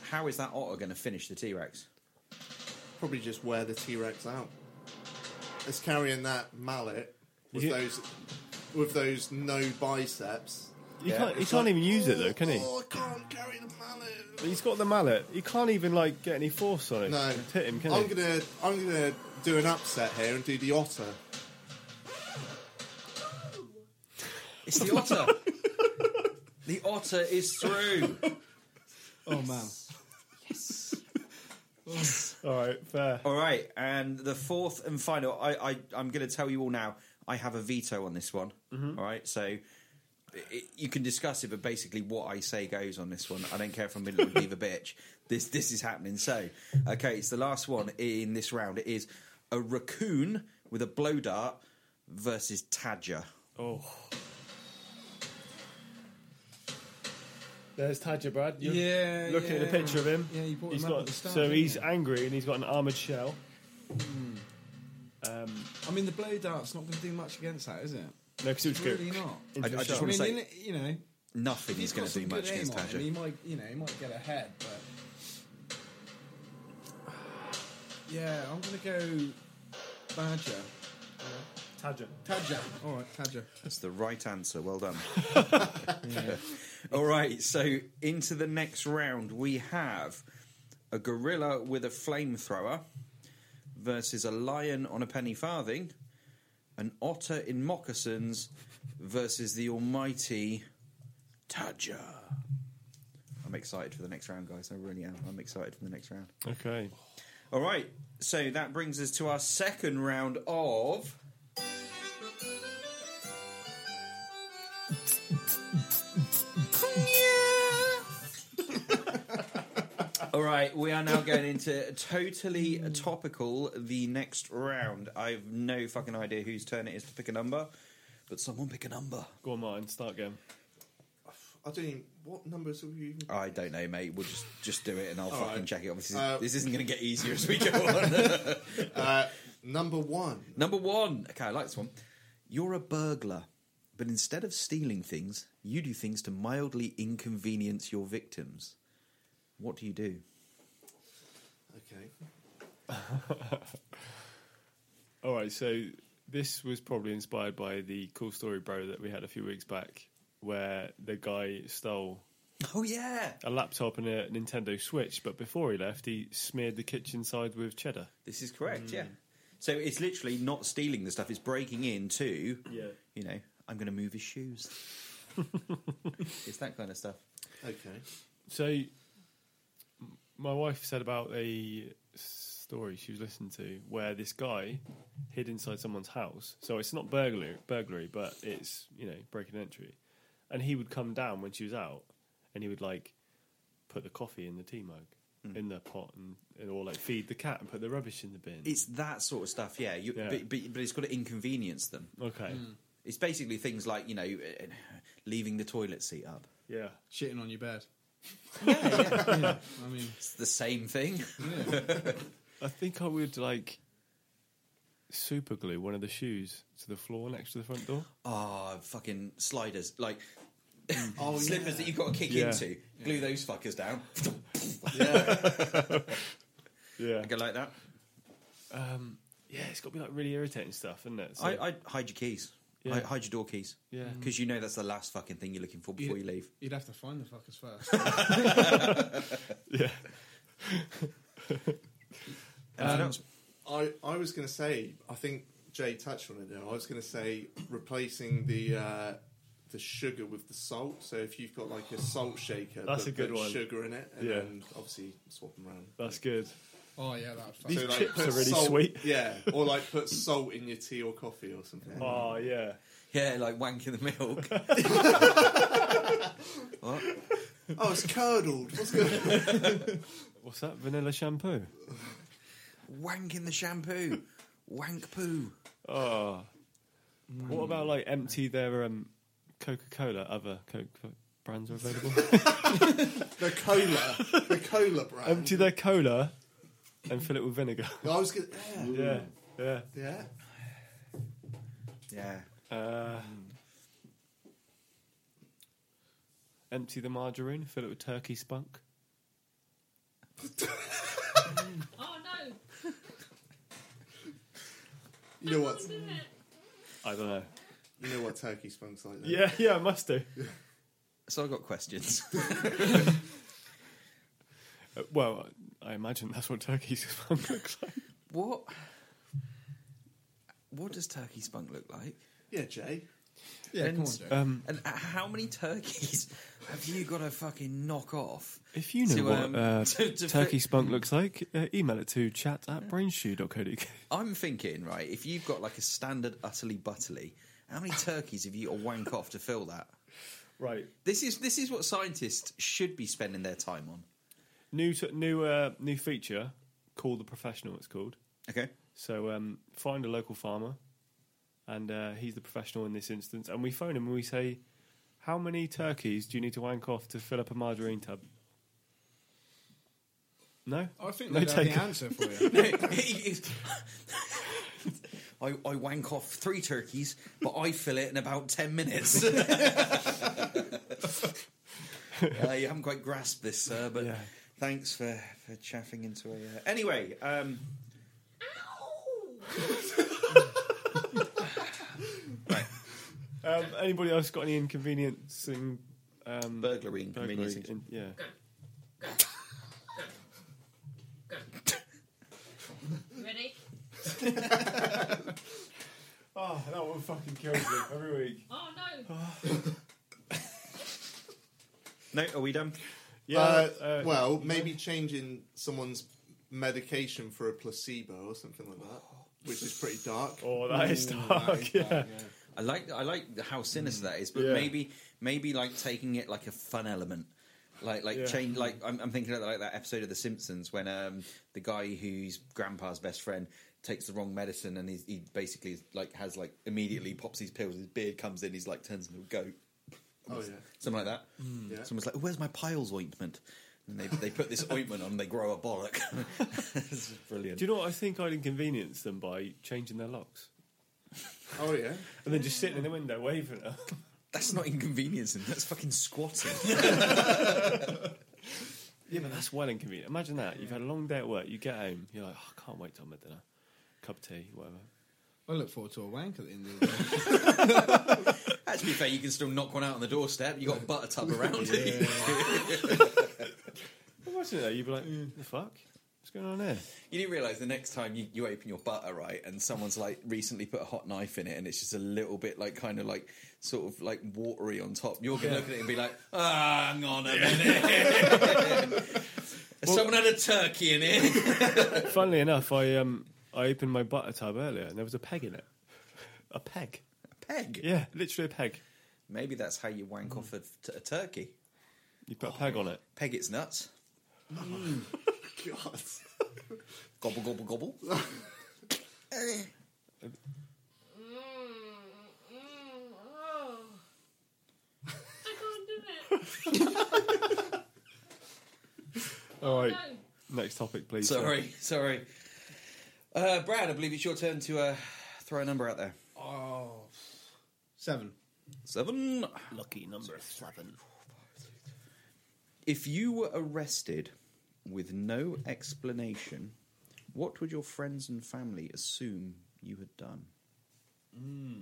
Speaker 3: how is that otter going to finish the T Rex?
Speaker 4: probably just wear the T Rex out. It's carrying that mallet with
Speaker 2: You-
Speaker 4: those with those no biceps.
Speaker 2: You can't, he
Speaker 4: it's
Speaker 2: can't
Speaker 4: like,
Speaker 2: even use it
Speaker 4: "Oh,
Speaker 2: though, can he?
Speaker 4: Oh, I can't carry the mallet.
Speaker 2: He's got the mallet. He can't even like get any force on it.
Speaker 4: No,
Speaker 2: to hit him, can
Speaker 4: I'm
Speaker 2: he?
Speaker 4: gonna I'm gonna do an upset here and do the otter.
Speaker 3: It's the otter. the otter is through.
Speaker 5: Oh man,
Speaker 2: All right, fair.
Speaker 3: All right, and the fourth and final. I, I I'm going to tell you all now. I have a veto on this one. All right, so i- i you can discuss it, but basically, what I say goes on this one. I don't care if I'm middle of leave a bitch. This this is happening. So, okay, it's the last one in this round. It is a raccoon with a blow dart versus Tadger.
Speaker 2: Oh. There's Tadger, Brad. You're
Speaker 5: yeah.
Speaker 2: Looking at
Speaker 5: yeah.
Speaker 2: the picture of him.
Speaker 5: Yeah, you brought
Speaker 2: he's
Speaker 5: him up
Speaker 2: got,
Speaker 5: at the start,
Speaker 2: So
Speaker 5: didn't
Speaker 2: he's
Speaker 5: you?
Speaker 2: angry and he's got an armoured shell. Um,
Speaker 5: I mean, the blow dart's not going to do much against that, is it?
Speaker 2: no, because he was
Speaker 5: It's really
Speaker 2: good.
Speaker 5: not.
Speaker 2: Into
Speaker 3: I-
Speaker 2: the
Speaker 3: I just
Speaker 2: shell.
Speaker 5: I
Speaker 3: wanna
Speaker 5: mean,
Speaker 3: say-
Speaker 5: in- you know,
Speaker 3: Nothing is going
Speaker 5: got
Speaker 3: to do
Speaker 5: some good
Speaker 3: much against
Speaker 5: aim on him,
Speaker 3: Tadger.
Speaker 5: He might, you know, he might get ahead, but yeah, I'm going to go Badger.
Speaker 2: Tadger.
Speaker 5: Tadger. All right, Tadger.
Speaker 3: That's the right answer. Well done. All right, so into the next round, we have a gorilla with a flamethrower versus a lion on a penny farthing, an otter in moccasins versus the almighty Tadger. I'm excited for the next round, guys. I really am. I'm excited for the next round.
Speaker 2: Okay.
Speaker 3: All right, so that brings us to our second round of. All right, we are now going into totally topical. The next round, I've no fucking idea whose turn it is to pick a number, but someone pick a number.
Speaker 2: Go on, Martin. Start game.
Speaker 4: I don't even, what numbers have you even
Speaker 3: I don't know, mate. We'll just just do it, and I'll
Speaker 4: All
Speaker 3: fucking
Speaker 4: right.
Speaker 3: check it. Obviously,
Speaker 4: Uh,
Speaker 3: this isn't going to get easier as we go on.
Speaker 4: uh, number one.
Speaker 3: Number one. Okay, I like this one. You're a burglar, but instead of stealing things, you do things to mildly inconvenience your victims. What do you do?
Speaker 4: Okay.
Speaker 2: All right, so this was probably inspired by the cool story, bro, that we had a few weeks back, where the guy stole
Speaker 3: Oh yeah,
Speaker 2: a laptop and a Nintendo Switch, but before he left, he smeared the kitchen side with cheddar.
Speaker 3: this is correct. Yeah. So it's literally not stealing the stuff; it's breaking into.
Speaker 2: Yeah.
Speaker 3: You know, I'm going to move his shoes. it's that kind of stuff.
Speaker 4: Okay.
Speaker 2: So, m- my wife said about a story she was listening to where this guy hid inside someone's house. So it's not burglary, burglary, but it's you know breaking and entry. And he would come down when she was out, and he would like put the coffee in the tea mug, in the pot, and, and or like feed the cat and put the rubbish in the bin.
Speaker 3: It's that sort of stuff. Yeah. You,
Speaker 2: Yeah.
Speaker 3: But, but, but it's got to inconvenience them.
Speaker 2: okay,
Speaker 3: It's basically things like you know, eh, eh, leaving the toilet seat up.
Speaker 2: yeah.
Speaker 5: Shitting on your bed. yeah. I mean,
Speaker 3: It's the same thing.
Speaker 2: I think I would like super glue one of the shoes to the floor next to the front door.
Speaker 3: Ah, fucking sliders. Like
Speaker 4: Oh,
Speaker 3: slippers that you've got to kick
Speaker 2: Yeah.
Speaker 3: into. Glue those fuckers down.
Speaker 2: Yeah,
Speaker 3: Go like that.
Speaker 2: um, yeah. It's got to be like really irritating stuff, isn't it? So-
Speaker 3: I, I'd hide your keys.
Speaker 2: Yeah.
Speaker 3: Hi- hide your door keys.
Speaker 2: Yeah.
Speaker 3: Because you know that's the last fucking thing you're looking for before you leave.
Speaker 5: you'd have to find the fuckers first.
Speaker 2: Yeah.
Speaker 4: Um,
Speaker 3: Anything else?
Speaker 4: I, I was going to say, I think Jay touched on it there. I was going to say replacing the uh, the sugar with the salt. So if you've got like a salt shaker,
Speaker 2: That's
Speaker 4: but
Speaker 2: a good
Speaker 4: put
Speaker 2: one.
Speaker 4: sugar in it, and
Speaker 2: Yeah.
Speaker 4: then obviously swap them around.
Speaker 2: That's good.
Speaker 5: oh yeah, that. Fuck.
Speaker 2: These
Speaker 4: like,
Speaker 2: chips
Speaker 4: put
Speaker 2: are really
Speaker 4: salt-
Speaker 2: sweet.
Speaker 4: Yeah, or like put salt in your tea or coffee or something.
Speaker 2: Oh yeah.
Speaker 3: Yeah, like wank in the milk. what?
Speaker 4: Oh, it's curdled. What's good?
Speaker 2: What's that? Vanilla shampoo.
Speaker 3: Wank in the shampoo. Wank poo.
Speaker 2: Oh. What about like empty their um, Coca Cola? Other Coke brands are available.
Speaker 4: the cola, the cola brand.
Speaker 2: empty their cola and fill it with vinegar.
Speaker 4: I was gonna, yeah,
Speaker 2: yeah. Yeah.
Speaker 4: yeah.
Speaker 3: Yeah.
Speaker 2: Uh, empty the margarine, fill it with turkey spunk.
Speaker 6: Oh no!
Speaker 4: You know what?
Speaker 6: Do it.
Speaker 2: I don't know.
Speaker 4: You know what turkey spunk's like. Then.
Speaker 2: Yeah, yeah, I must do.
Speaker 3: So I've got questions.
Speaker 2: Uh, well, I imagine that's what turkey spunk looks like.
Speaker 3: what? What does turkey spunk look like?
Speaker 4: Yeah, Jay.
Speaker 5: Yeah,
Speaker 3: And-
Speaker 5: come on, Joe.
Speaker 2: Um,
Speaker 3: And uh, how many turkeys have you got to fucking knock off?
Speaker 2: if you know
Speaker 3: To,
Speaker 2: what
Speaker 3: um,
Speaker 2: uh,
Speaker 3: to- to
Speaker 2: turkey
Speaker 3: fit-
Speaker 2: spunk looks like, uh, email it to chat at brainshoe.co.uk.
Speaker 3: I'm thinking, right, if you've got like a standard utterly butterly, how many turkeys have you got to wank off to fill that?
Speaker 2: Right.
Speaker 3: This is this is what scientists should be spending their time on.
Speaker 2: New t- new uh, new feature called the professional. It's called.
Speaker 3: Okay.
Speaker 2: So um, find a local farmer, and uh, he's the professional in this instance. And we phone him and we say, "How many turkeys do you need to wank off to fill up a margarine tub?" No.
Speaker 5: I think
Speaker 2: No
Speaker 5: they have
Speaker 2: taker.
Speaker 5: the answer for you.
Speaker 3: I, I wank off three turkeys, but I fill it in about ten minutes. uh, you haven't quite grasped this, sir, but
Speaker 2: Yeah.
Speaker 3: thanks for, for chaffing into a. Uh... Anyway, um,
Speaker 6: Ow!
Speaker 2: Um, anybody else got any inconveniencing? Um,
Speaker 3: burglary
Speaker 2: burglary
Speaker 3: inconvenience.
Speaker 2: in- yeah.
Speaker 6: You ready?
Speaker 2: Oh, that one fucking kills me every week.
Speaker 6: Oh no!
Speaker 3: No, are we done?
Speaker 2: Yeah.
Speaker 4: Uh,
Speaker 2: uh,
Speaker 4: well, maybe changing someone's medication for a placebo or something like that, which is pretty dark.
Speaker 2: oh, that is
Speaker 5: Ooh,
Speaker 2: dark.
Speaker 5: that is
Speaker 2: yeah.
Speaker 5: dark,
Speaker 3: I like I like how sinister that is, but
Speaker 2: Mm. Yeah.
Speaker 3: maybe maybe like taking it like a fun element, like like
Speaker 2: Yeah.
Speaker 3: change like I'm, I'm thinking of like that episode of The Simpsons when um the guy who's grandpa's best friend takes the wrong medicine and he's, he basically is, like has like immediately
Speaker 2: Mm.
Speaker 3: pops his pills, his beard comes in, he's like turns into a goat,
Speaker 4: Oh yeah.
Speaker 2: Mm,
Speaker 3: something like that.
Speaker 4: Yeah.
Speaker 3: Someone's like, "Where's my piles ointment?" And they they put this ointment on, they grow a bollock. This is brilliant.
Speaker 2: Do you know what I think I'd inconvenience them by changing their locks
Speaker 4: Oh yeah.
Speaker 2: and then just sitting in the window waving at them.
Speaker 3: That's not inconveniencing. That's fucking squatting.
Speaker 2: Yeah, but that's well inconvenient. Imagine that. You've had a long day at work. You get home. You're like, oh, I can't wait till my dinner. Cup of tea, whatever.
Speaker 5: I look forward to a wank at the end of the day.
Speaker 3: That's Uh, to be fair, you can still knock one out on the doorstep. You got a butter tub around you.
Speaker 2: Imagine that. You'd be like, the fuck? What's going on here?
Speaker 3: You do realise the next time you, you open your butter, right, and someone's like recently put a hot knife in it, and it's just a little bit like kind of like sort of like watery on top. You're gonna look at it and be like, "Ah, "Hang on a minute." Someone had a turkey in it.
Speaker 2: Funnily enough, I um I opened my butter tub earlier and there was a peg in it. A peg.
Speaker 3: Peg.
Speaker 2: Yeah, literally a peg.
Speaker 3: Maybe that's how you wank off a, t- a turkey.
Speaker 2: You put a peg on it.
Speaker 3: Peg its nuts.
Speaker 4: God.
Speaker 3: Mm. Gobble gobble gobble.
Speaker 6: Mm, mm, oh. I can't do it.
Speaker 2: All right.
Speaker 6: No.
Speaker 2: Next topic, please. sir.
Speaker 3: sorry, sorry. Uh, Brad, I believe it's your turn to uh, throw a number out there.
Speaker 5: Oh, seven.
Speaker 3: Seven.
Speaker 7: Lucky number seven.
Speaker 3: If you were arrested with no explanation, what would your friends and family assume you had done? Hmm.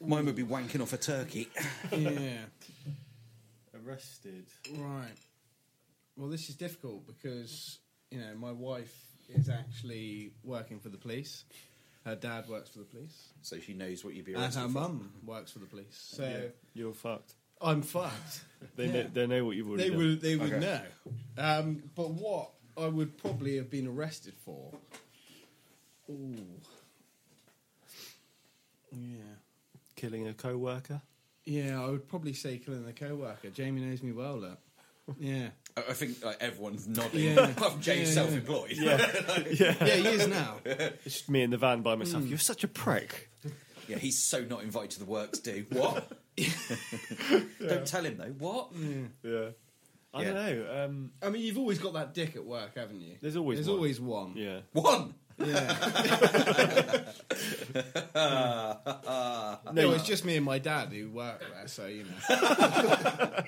Speaker 3: Mine would be wanking off a turkey.
Speaker 5: Yeah.
Speaker 2: Arrested.
Speaker 5: Right. Well, this is difficult because you know my wife is actually working for the police. Her dad works for the police,
Speaker 3: So she knows what you'd be
Speaker 5: and
Speaker 3: arrested
Speaker 5: her
Speaker 3: for.
Speaker 5: mum works for the police. So
Speaker 2: You're fucked.
Speaker 5: I'm fucked.
Speaker 2: They,
Speaker 5: Yeah.
Speaker 2: know, they know what you've already
Speaker 5: They
Speaker 2: done.
Speaker 5: would. They would
Speaker 3: Okay.
Speaker 5: know. Um, but what I would probably have been arrested for. Ooh. Yeah.
Speaker 2: Killing a co worker.
Speaker 5: Yeah, I would probably say killing the co-worker. Jamie knows me well, look. Yeah.
Speaker 3: I I think like everyone's nodding.
Speaker 5: Yeah.
Speaker 3: Apart from James,
Speaker 5: Yeah, yeah.
Speaker 3: self-employed.
Speaker 5: Yeah, he is now.
Speaker 2: It's just me in the van by myself. You're such a prick.
Speaker 3: Yeah, he's so not invited to the works. Do what? Don't tell him though. What?
Speaker 2: Yeah. I
Speaker 3: Yeah.
Speaker 2: don't know. Um,
Speaker 5: I mean, you've always got that dick at work, haven't you?
Speaker 2: There's always
Speaker 5: There's
Speaker 2: one.
Speaker 5: always one.
Speaker 2: yeah.
Speaker 3: One.
Speaker 5: Yeah. no, it's just me and my dad who work there, so you know.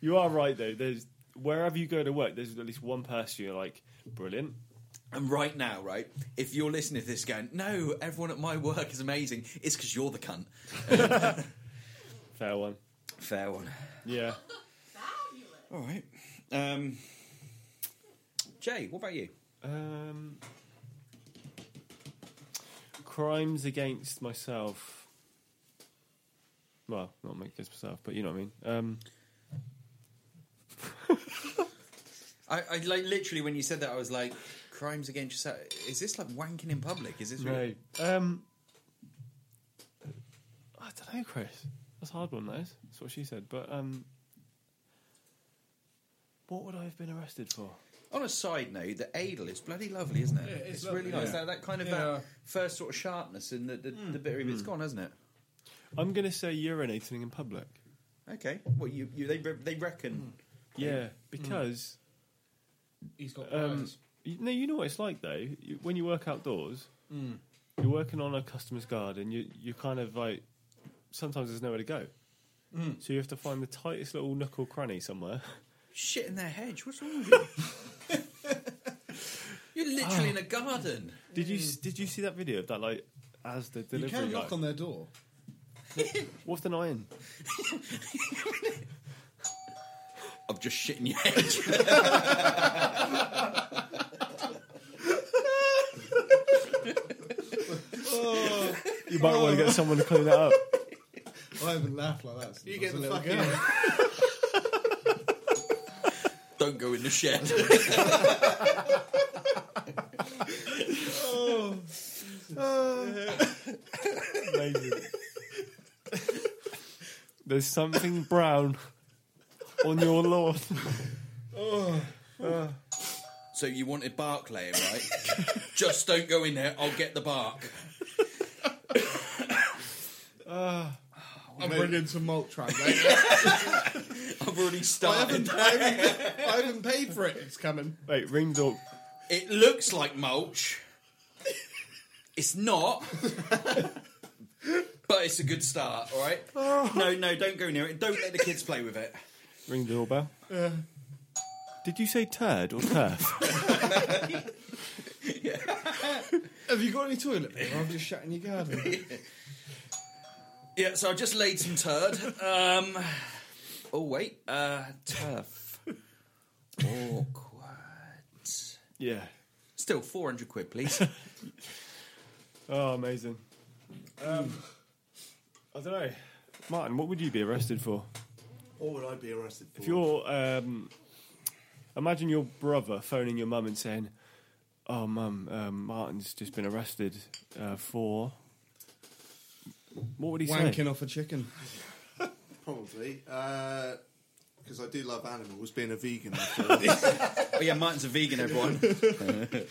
Speaker 2: You are right though. There's wherever you go to work, there's at least one person you're like, brilliant.
Speaker 3: And right now, right, if you're listening to this going, no, everyone at my work is amazing, it's because you're the cunt.
Speaker 2: Fair one.
Speaker 3: Fair one.
Speaker 2: Yeah.
Speaker 6: Fabulous.
Speaker 3: All right. Um, Jay, what about you?
Speaker 2: Um, crimes against myself. Well, not against myself, but you know what I mean. Um,
Speaker 3: I, I like literally when you said that, I was like, crimes against yourself. Is this like wanking in public? Is this really?
Speaker 2: no. Um, I don't know, Chris. That's a hard one, that is. That's what she said. But um, what would I have been arrested for?
Speaker 3: On a side note, the Adel is bloody lovely, isn't it?
Speaker 5: Yeah, it's
Speaker 3: it's really
Speaker 5: lovely,
Speaker 3: nice.
Speaker 5: yeah. Hmm.
Speaker 3: That, that kind of
Speaker 5: Yeah.
Speaker 3: that first sort of sharpness and the, the, the bit of it's gone, hasn't it?
Speaker 2: I'm going to say urinating in public.
Speaker 3: Okay. Well, you, you they re- they reckon.
Speaker 5: Mm.
Speaker 2: Yeah, because
Speaker 5: He's got
Speaker 2: Um,
Speaker 5: um,
Speaker 2: You, no, you know what it's like though. You, when you work outdoors,
Speaker 5: Mm.
Speaker 2: you're working on a customer's garden. You you kind of like sometimes there's nowhere to go,
Speaker 5: Mm.
Speaker 2: so you have to find the tightest little nook or cranny somewhere.
Speaker 3: Shit in their hedge. What's wrong with you? You're literally in a garden.
Speaker 2: Did you s- did you see that video of that like as the
Speaker 5: Mm. You
Speaker 2: delivery?
Speaker 5: can knock
Speaker 2: like,
Speaker 5: on their door.
Speaker 2: What's the nine?
Speaker 3: I'm just shitting your hedge.
Speaker 2: You might want to get someone to clean that up.
Speaker 5: I haven't laughed like that. Since
Speaker 4: You
Speaker 5: I
Speaker 4: get
Speaker 5: was
Speaker 4: the
Speaker 5: a little
Speaker 4: fucking.
Speaker 5: girl.
Speaker 3: Don't go in the shed.
Speaker 4: Oh.
Speaker 2: Amazing. There's something brown on your lawn.
Speaker 3: so you wanted bark laying, right? just don't go in there. I'll get the bark.
Speaker 5: I'm bringing some malt trans. I
Speaker 3: I've already
Speaker 5: haven't,
Speaker 3: started.
Speaker 5: I, haven't, I haven't paid for it. It's coming.
Speaker 2: Wait, ring doorbell.
Speaker 3: It looks like mulch. It's not. but it's a good start, all right? No, no, don't go near it. Don't let the kids play with it.
Speaker 2: Ring the doorbell. Did you say turd or turf?
Speaker 5: Have you got any toilet paper? I'm just shutting your garden.
Speaker 3: Yeah, so I just laid some turd. Um, oh, wait. Uh, turf. Awkward.
Speaker 2: yeah.
Speaker 3: Still, 400 quid, please.
Speaker 2: Oh, amazing. Um, I don't know. Martin, what would you be arrested for?
Speaker 4: What would I be arrested for?
Speaker 2: If you're, um, imagine your brother phoning your mum and saying, "Oh, mum, um, Martin's just been arrested uh, for." What would he say?
Speaker 5: Wanking off a chicken.
Speaker 4: Probably. Because I do love animals, being a vegan. after all this.
Speaker 3: oh, yeah, Martin's a vegan, everyone.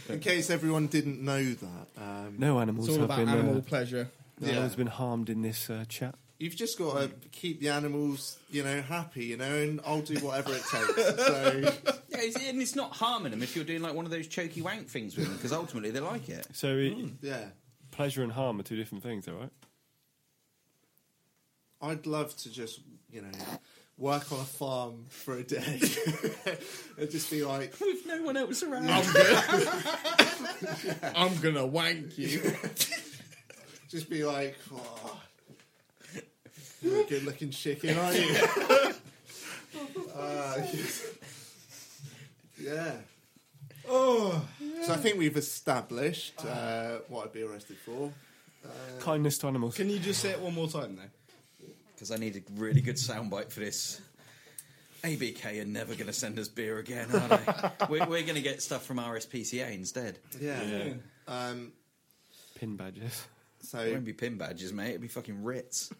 Speaker 4: In case everyone didn't know that. Um,
Speaker 2: No animals
Speaker 5: It's all
Speaker 2: have
Speaker 5: about
Speaker 2: been.
Speaker 5: animal
Speaker 2: uh,
Speaker 5: pleasure.
Speaker 2: no
Speaker 4: Yeah.
Speaker 2: animals been harmed in this uh, chat.
Speaker 4: You've just got to keep the animals, you know, happy, you know, and I'll do whatever it takes. So,
Speaker 3: Yeah, it's, and it's not harming them if you're doing like one of those choky wank things with them, because ultimately they like it.
Speaker 2: So, it-
Speaker 5: Hmm.
Speaker 4: yeah.
Speaker 2: pleasure and harm are two different things, all right?
Speaker 4: I'd love to just, you know, work on a farm for a day and just be like,
Speaker 3: With no one else around.
Speaker 5: I'm gonna wank you.
Speaker 4: just be like, oh, you're a good looking chicken, aren't you? uh, yeah. Oh. So I think we've established uh, what I'd be arrested for.
Speaker 2: Kindness to animals.
Speaker 5: Can you just say it one more time, though?
Speaker 3: Because I need a really good soundbite for this. ABK are never going to send us beer again, are they? we're we're going to get stuff from RSPCA instead.
Speaker 4: Yeah.
Speaker 2: Yeah.
Speaker 4: Um,
Speaker 2: Pin badges.
Speaker 3: It
Speaker 4: so,
Speaker 3: won't be pin badges, mate. It'll be fucking Ritz.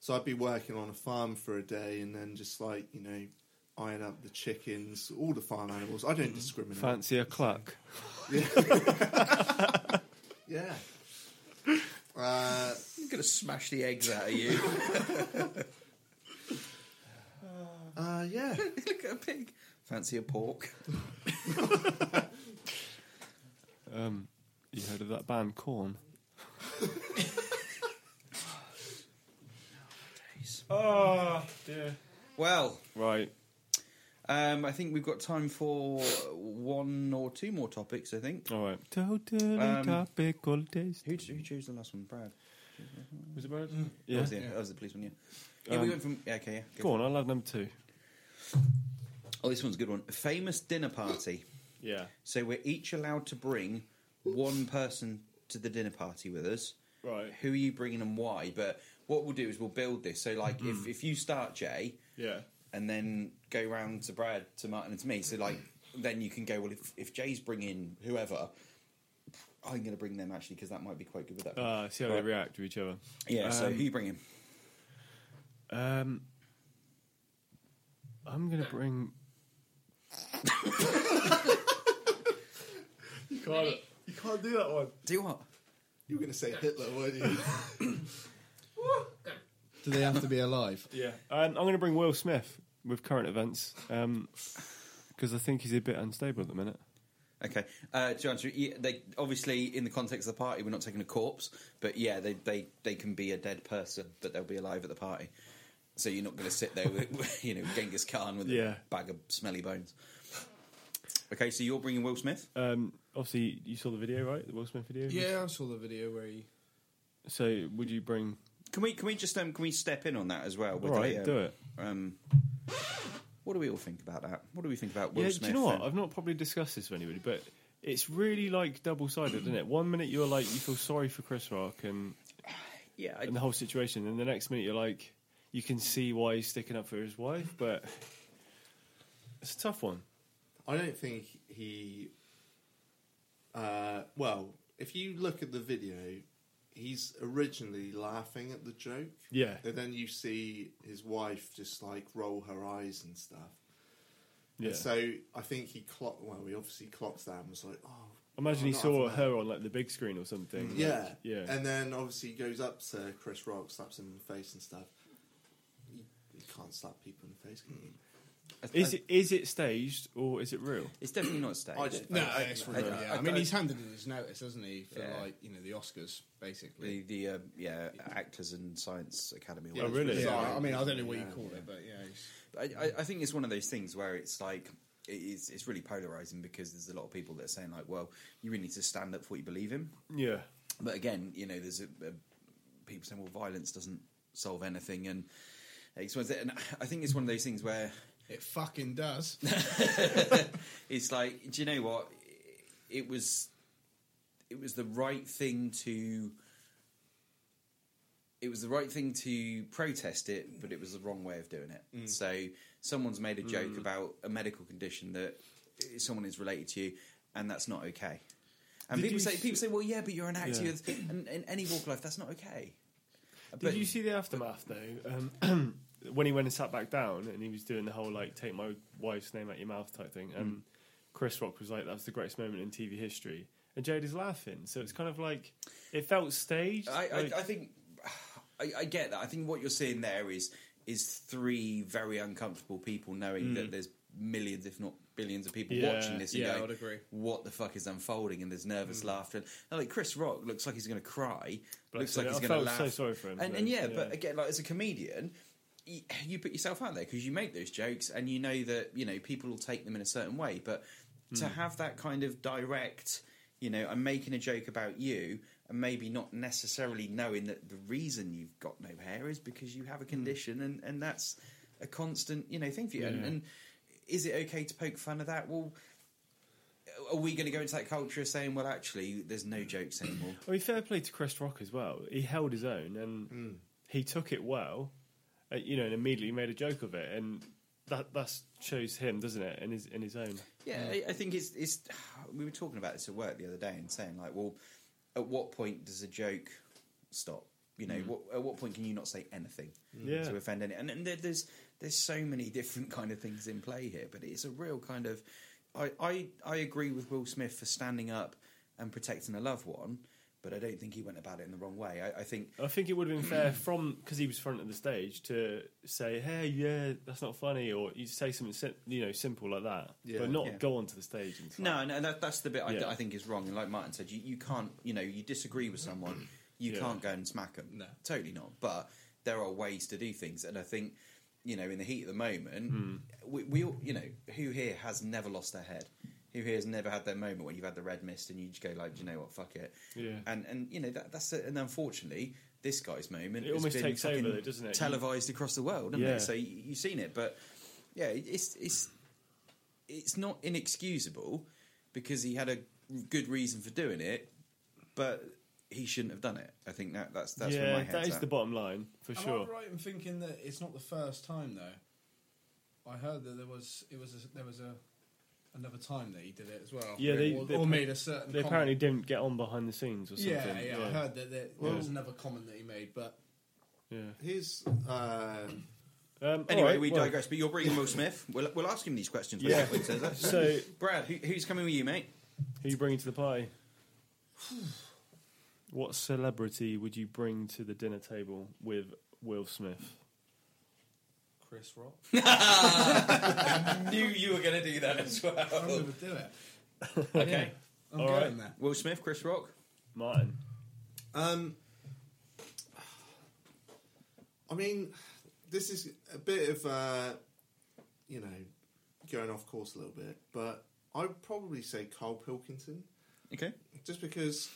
Speaker 4: so I'd be working on a farm for a day and then just like, you know, iron up the chickens, all the farm animals. I
Speaker 3: Mm-hmm.
Speaker 4: don't discriminate.
Speaker 2: Fancy a cluck.
Speaker 4: Yeah. Uh,
Speaker 3: I'm going to smash the eggs out of you.
Speaker 4: uh, yeah.
Speaker 3: Look at a pig. Fancy a pork.
Speaker 2: Um, you heard of that band, Corn? oh, dear.
Speaker 3: Well,
Speaker 2: Right.
Speaker 3: um, I think we've got time for one or two more topics. I think.
Speaker 2: All right. Totally
Speaker 3: Um,
Speaker 2: topical taste.
Speaker 3: Who, who chose the last one, Brad?
Speaker 2: Was it Brad?
Speaker 3: That
Speaker 2: Yeah.
Speaker 3: was the, that was the policeman. Yeah. Yeah,
Speaker 2: Um,
Speaker 3: we went from. Yeah, okay, yeah. go
Speaker 2: Go on, I love number two.
Speaker 3: Oh, this one's a good one. Famous dinner party.
Speaker 2: Yeah.
Speaker 3: So we're each allowed to bring one person to the dinner party with us.
Speaker 2: Right.
Speaker 3: Who are you bringing and why? But what we'll do is we'll build this. So like,
Speaker 2: Hmm.
Speaker 3: if if you start Jay,
Speaker 2: Yeah.
Speaker 3: and then go round to Brad, to Martin, and to me. So like, then you can go. Well, if if Jay's bringing whoever. I'm going to bring them actually because that might be quite good with that.
Speaker 2: Uh, see how they
Speaker 3: Right.
Speaker 2: react to each other.
Speaker 3: yeah, so
Speaker 2: um,
Speaker 3: who you bringing?
Speaker 2: Um, I'm gonna bring.
Speaker 4: You
Speaker 6: Ready?
Speaker 4: you can't do that one.
Speaker 3: Do what?
Speaker 4: You were going to say Hitler, weren't you?
Speaker 6: Go.
Speaker 5: Do they have to be alive?
Speaker 2: Yeah. Um, I'm gonna bring Will Smith with current events. Um 'cause because I think he's a bit unstable at the minute.
Speaker 3: Okay, uh, to answer, yeah, they obviously in the context of the party, we're not taking a corpse, but yeah, they they, they can be a dead person, but they'll be alive at the party. So you're not going to sit there with you know Genghis Khan with
Speaker 2: Yeah.
Speaker 3: a bag of smelly bones. Okay, so you're bringing Will Smith.
Speaker 2: Um, obviously you saw the video, right? The Will Smith video.
Speaker 5: Yeah, I saw the video where he.
Speaker 2: So would you bring?
Speaker 3: Can we can we just um, can we step in on that as well?
Speaker 2: All
Speaker 3: with
Speaker 2: right,
Speaker 3: the, um,
Speaker 2: do it.
Speaker 3: Um, what do we all think about that? What do we think about Will
Speaker 2: yeah.
Speaker 3: Smith?
Speaker 2: do you know what?
Speaker 3: and-
Speaker 2: I've not probably discussed this with anybody, but it's really like double sided, isn't it? One minute you're like you feel sorry for Chris Rock and
Speaker 3: yeah, I,
Speaker 2: and the whole situation, and the next minute you're like, you can see why he's sticking up for his wife, but it's a tough one.
Speaker 4: I don't think he. Uh, well, if you look at the video, he's originally laughing at the joke.
Speaker 2: Yeah.
Speaker 4: And then you see his wife just like roll her eyes and stuff.
Speaker 2: Yeah.
Speaker 3: uh,
Speaker 4: And so I think he clocked. Well, he obviously clocked that and was like, "Oh."
Speaker 2: Imagine
Speaker 4: I'm
Speaker 2: he
Speaker 4: not
Speaker 2: saw
Speaker 4: having that."
Speaker 2: her on like the big screen or something. like,
Speaker 4: Yeah.
Speaker 2: yeah.
Speaker 4: And then obviously he goes up to Chris Rock, slaps him in the face and stuff. You, you can't slap people in the face, can you?
Speaker 3: I-
Speaker 2: is it is it staged or is it real?
Speaker 3: it's definitely not staged.
Speaker 4: I don't-
Speaker 5: No,
Speaker 4: I-
Speaker 5: it's
Speaker 4: I-
Speaker 5: real.
Speaker 3: I-
Speaker 5: yeah. I,
Speaker 3: I-
Speaker 5: mean,
Speaker 3: I-
Speaker 5: he's handed in his notice, hasn't he, for
Speaker 3: Yeah.
Speaker 5: like you know the Oscars,
Speaker 3: the
Speaker 5: basically.
Speaker 3: the uh, yeah actors and science academy.
Speaker 4: Yeah,
Speaker 2: Oh,
Speaker 4: it's
Speaker 2: really?
Speaker 5: Yeah,
Speaker 4: bizarre.
Speaker 5: I mean, I don't know what you
Speaker 4: Yeah.
Speaker 5: call it, but yeah, he's-
Speaker 3: I, I, I think it's one of those things where it's like it is, it's really polarizing because there's a lot of people that are saying like, well, you really need to stand up for what you believe in.
Speaker 2: Yeah.
Speaker 3: But again, you know, there's a, a, people saying, well, violence doesn't solve anything, and it's one of the- and I think it's one of those things where
Speaker 5: it fucking does.
Speaker 3: it's like, do you know what? It was, it was the right thing to. It was the right thing to protest it, but it was the wrong way of doing it.
Speaker 2: Mm.
Speaker 3: So someone's made a joke about a medical condition that someone is related to you, and that's not okay. And
Speaker 2: Did
Speaker 3: people
Speaker 2: you
Speaker 3: say,
Speaker 2: s-
Speaker 3: people say, well, yeah, but you're an actor,
Speaker 2: Yeah.
Speaker 3: you're th- and in any walk of life, that's not okay.
Speaker 2: Did you see the aftermath though? Um, when he went and sat back down, and he was doing the whole like take my wife's name out your mouth type thing, and Chris Rock was like, "That was the greatest moment in TV history," and Jade is laughing. So it's kind of like it felt staged.
Speaker 3: I,
Speaker 2: like-
Speaker 3: I, I think I, I get that. I think what you're seeing there is is three very uncomfortable people knowing that there's millions, if not billions, of people
Speaker 2: Yeah,
Speaker 3: watching this. And
Speaker 5: Mm. yeah, I
Speaker 3: going,
Speaker 5: would agree. Mm.
Speaker 3: What the fuck is unfolding? And there's nervous laughter. And, like Chris Rock looks like he's going to cry.
Speaker 2: Bless
Speaker 3: looks
Speaker 2: him.
Speaker 3: like
Speaker 2: I
Speaker 3: he's going
Speaker 2: felt
Speaker 3: to laugh.
Speaker 2: so sorry for him,
Speaker 3: And,
Speaker 2: though.
Speaker 3: and yeah,
Speaker 2: Yeah.
Speaker 3: but again, like as a comedian. You, you put yourself out there because you make those jokes, and you know that you know people will take them in a certain way. But to
Speaker 2: Hmm.
Speaker 3: have that kind of direct, you know, I'm making a joke about you, and maybe not necessarily knowing that the reason you've got no hair is because you have
Speaker 2: Hmm.
Speaker 3: a condition, and, and that's a constant, you know, thing for you. And,
Speaker 2: Yeah.
Speaker 3: and is it okay to poke fun of that? Well, are we going to go into that culture of saying, well, actually, there's no jokes anymore?
Speaker 2: I mean, fair play to Chris Rock as well. He held his own and he took it well, uh, you know, and immediately made a joke of it, and that that shows him, doesn't it, in his in his own.
Speaker 3: Yeah, I, I think it's it's. We were talking about this at work the other day and saying like, well, at what point does a joke stop? You know, what, at what point can you not say anything
Speaker 2: Yeah.
Speaker 3: to offend any? And, and there, there's there's so many different kind of things in play here, but it's a real kind of. I I, I agree with Will Smith for standing up and protecting a loved one. but I don't think he went about it in the wrong way. I, I think
Speaker 2: I think it would have been fair from because he was front of the stage to say, "Hey, yeah, that's not funny," or you say something sim- you know simple like that,
Speaker 4: Yeah.
Speaker 2: but not
Speaker 3: Yeah.
Speaker 2: go onto the stage. And
Speaker 3: No, no, that, that's the bit I,
Speaker 2: Yeah.
Speaker 3: I think is wrong. And like Martin said, you, you can't, you know, you disagree with someone, you
Speaker 2: Yeah.
Speaker 3: can't go and smack them.
Speaker 5: No.
Speaker 3: Totally not. But there are ways to do things. And I think, you know, in the heat of the moment,
Speaker 2: Hmm.
Speaker 3: we, we all, you know, who here has never lost their head? Who here has never had their moment when you've had the red mist and you just go like, "Do you know what, fuck it.
Speaker 2: Yeah.
Speaker 3: And, and you know, that, that's it. And unfortunately, this guy's moment
Speaker 2: It
Speaker 3: has
Speaker 2: almost
Speaker 3: been
Speaker 2: takes over
Speaker 3: fucking
Speaker 2: though, doesn't it?
Speaker 3: Televised across the world, hasn't
Speaker 2: Yeah.
Speaker 3: it? So you, you've seen it, but yeah, it's it's it's not inexcusable because he had a good reason for doing it, but he shouldn't have done it. I think that that's that's where my
Speaker 2: yeah,
Speaker 3: head's
Speaker 2: that is
Speaker 3: at.
Speaker 2: the bottom line for
Speaker 5: Am
Speaker 2: sure.
Speaker 5: I right in thinking that it's not the first time though? I heard that there was it was a, there was a another time that he did it as well.
Speaker 2: Yeah, they-
Speaker 5: or,
Speaker 2: they-
Speaker 5: or made a certain.
Speaker 2: They
Speaker 5: comment.
Speaker 2: apparently didn't get on behind the scenes or something.
Speaker 5: Yeah, yeah, I heard that there, there
Speaker 2: Well-
Speaker 5: was another comment that he made, but
Speaker 2: yeah.
Speaker 4: Here's uh,
Speaker 2: Um,
Speaker 3: Anyway,
Speaker 2: alright,
Speaker 3: we
Speaker 2: well,
Speaker 3: digress. But you're bringing Will Smith. We'll, we'll ask him these questions. when
Speaker 2: Yeah.
Speaker 3: he says that.
Speaker 2: So,
Speaker 3: Brad, who, who's coming with you, mate?
Speaker 2: who you bringing to the pie? what celebrity would you bring to the dinner table with Will Smith?
Speaker 5: Chris Rock,
Speaker 3: Knew you were going to do that as
Speaker 5: I'm going
Speaker 3: well.
Speaker 5: to do it.
Speaker 3: okay,
Speaker 5: I'm
Speaker 2: All
Speaker 5: going
Speaker 2: right.
Speaker 5: there.
Speaker 3: Will Smith, Chris Rock.
Speaker 2: Martin.
Speaker 4: Um, I mean, this is a bit of, uh, you know, going off course a little bit, but I'd probably say Carl Pilkington,
Speaker 3: Okay,
Speaker 4: just because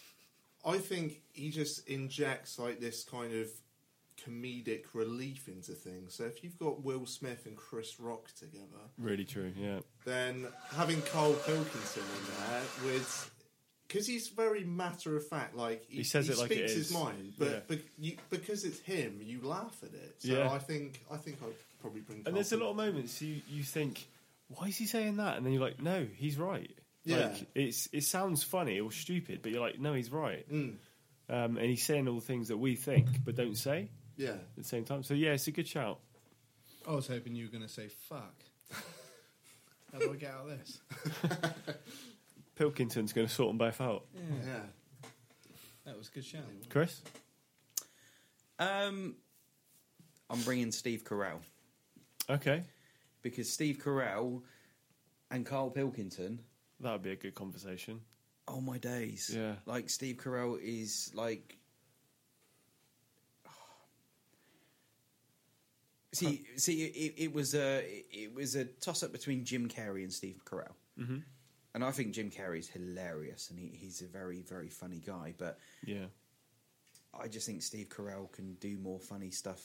Speaker 4: I think he just injects like this kind of comedic relief into things. So if you've got Will Smith and Chris Rock together,
Speaker 2: Really true, yeah.
Speaker 4: then having Carl Pilkington in there with because he's very matter of fact, like he,
Speaker 2: He says it like it
Speaker 4: speaks his
Speaker 2: is.
Speaker 4: mind, but
Speaker 2: Yeah.
Speaker 4: bec- you, because it's him, you laugh at it. So
Speaker 2: Yeah.
Speaker 4: I think I think I'd probably bring. Carl
Speaker 2: And there's a lot
Speaker 4: Pilkington.
Speaker 2: of moments you, you think, why is he saying that? And then you're like, no, he's right.
Speaker 4: Yeah.
Speaker 2: Like, it's it sounds funny or stupid, but you're like, no, he's right.
Speaker 4: Mm,
Speaker 2: Um, and he's saying all the things that we think but don't say
Speaker 4: yeah,
Speaker 2: at the same time. So yeah, it's a good shout.
Speaker 5: I was hoping you were going to say fuck. How do I get out of this?
Speaker 2: Pilkington's going to sort them both out.
Speaker 4: yeah.
Speaker 5: That was a good shout.
Speaker 2: Chris,
Speaker 3: um, I'm bringing Steve Carell.
Speaker 2: okay,
Speaker 3: because Steve Carell and Carl Pilkington.
Speaker 2: that would be a good conversation.
Speaker 3: Oh my days!
Speaker 2: Yeah.
Speaker 3: like Steve Carell is like. See, see, it, it was a it was a toss up between Jim Carrey and Steve Carell, mm-hmm. and I think Jim Carrey's hilarious and he, he's a very very funny guy, but
Speaker 2: Yeah,
Speaker 3: I just think Steve Carell can do more funny stuff.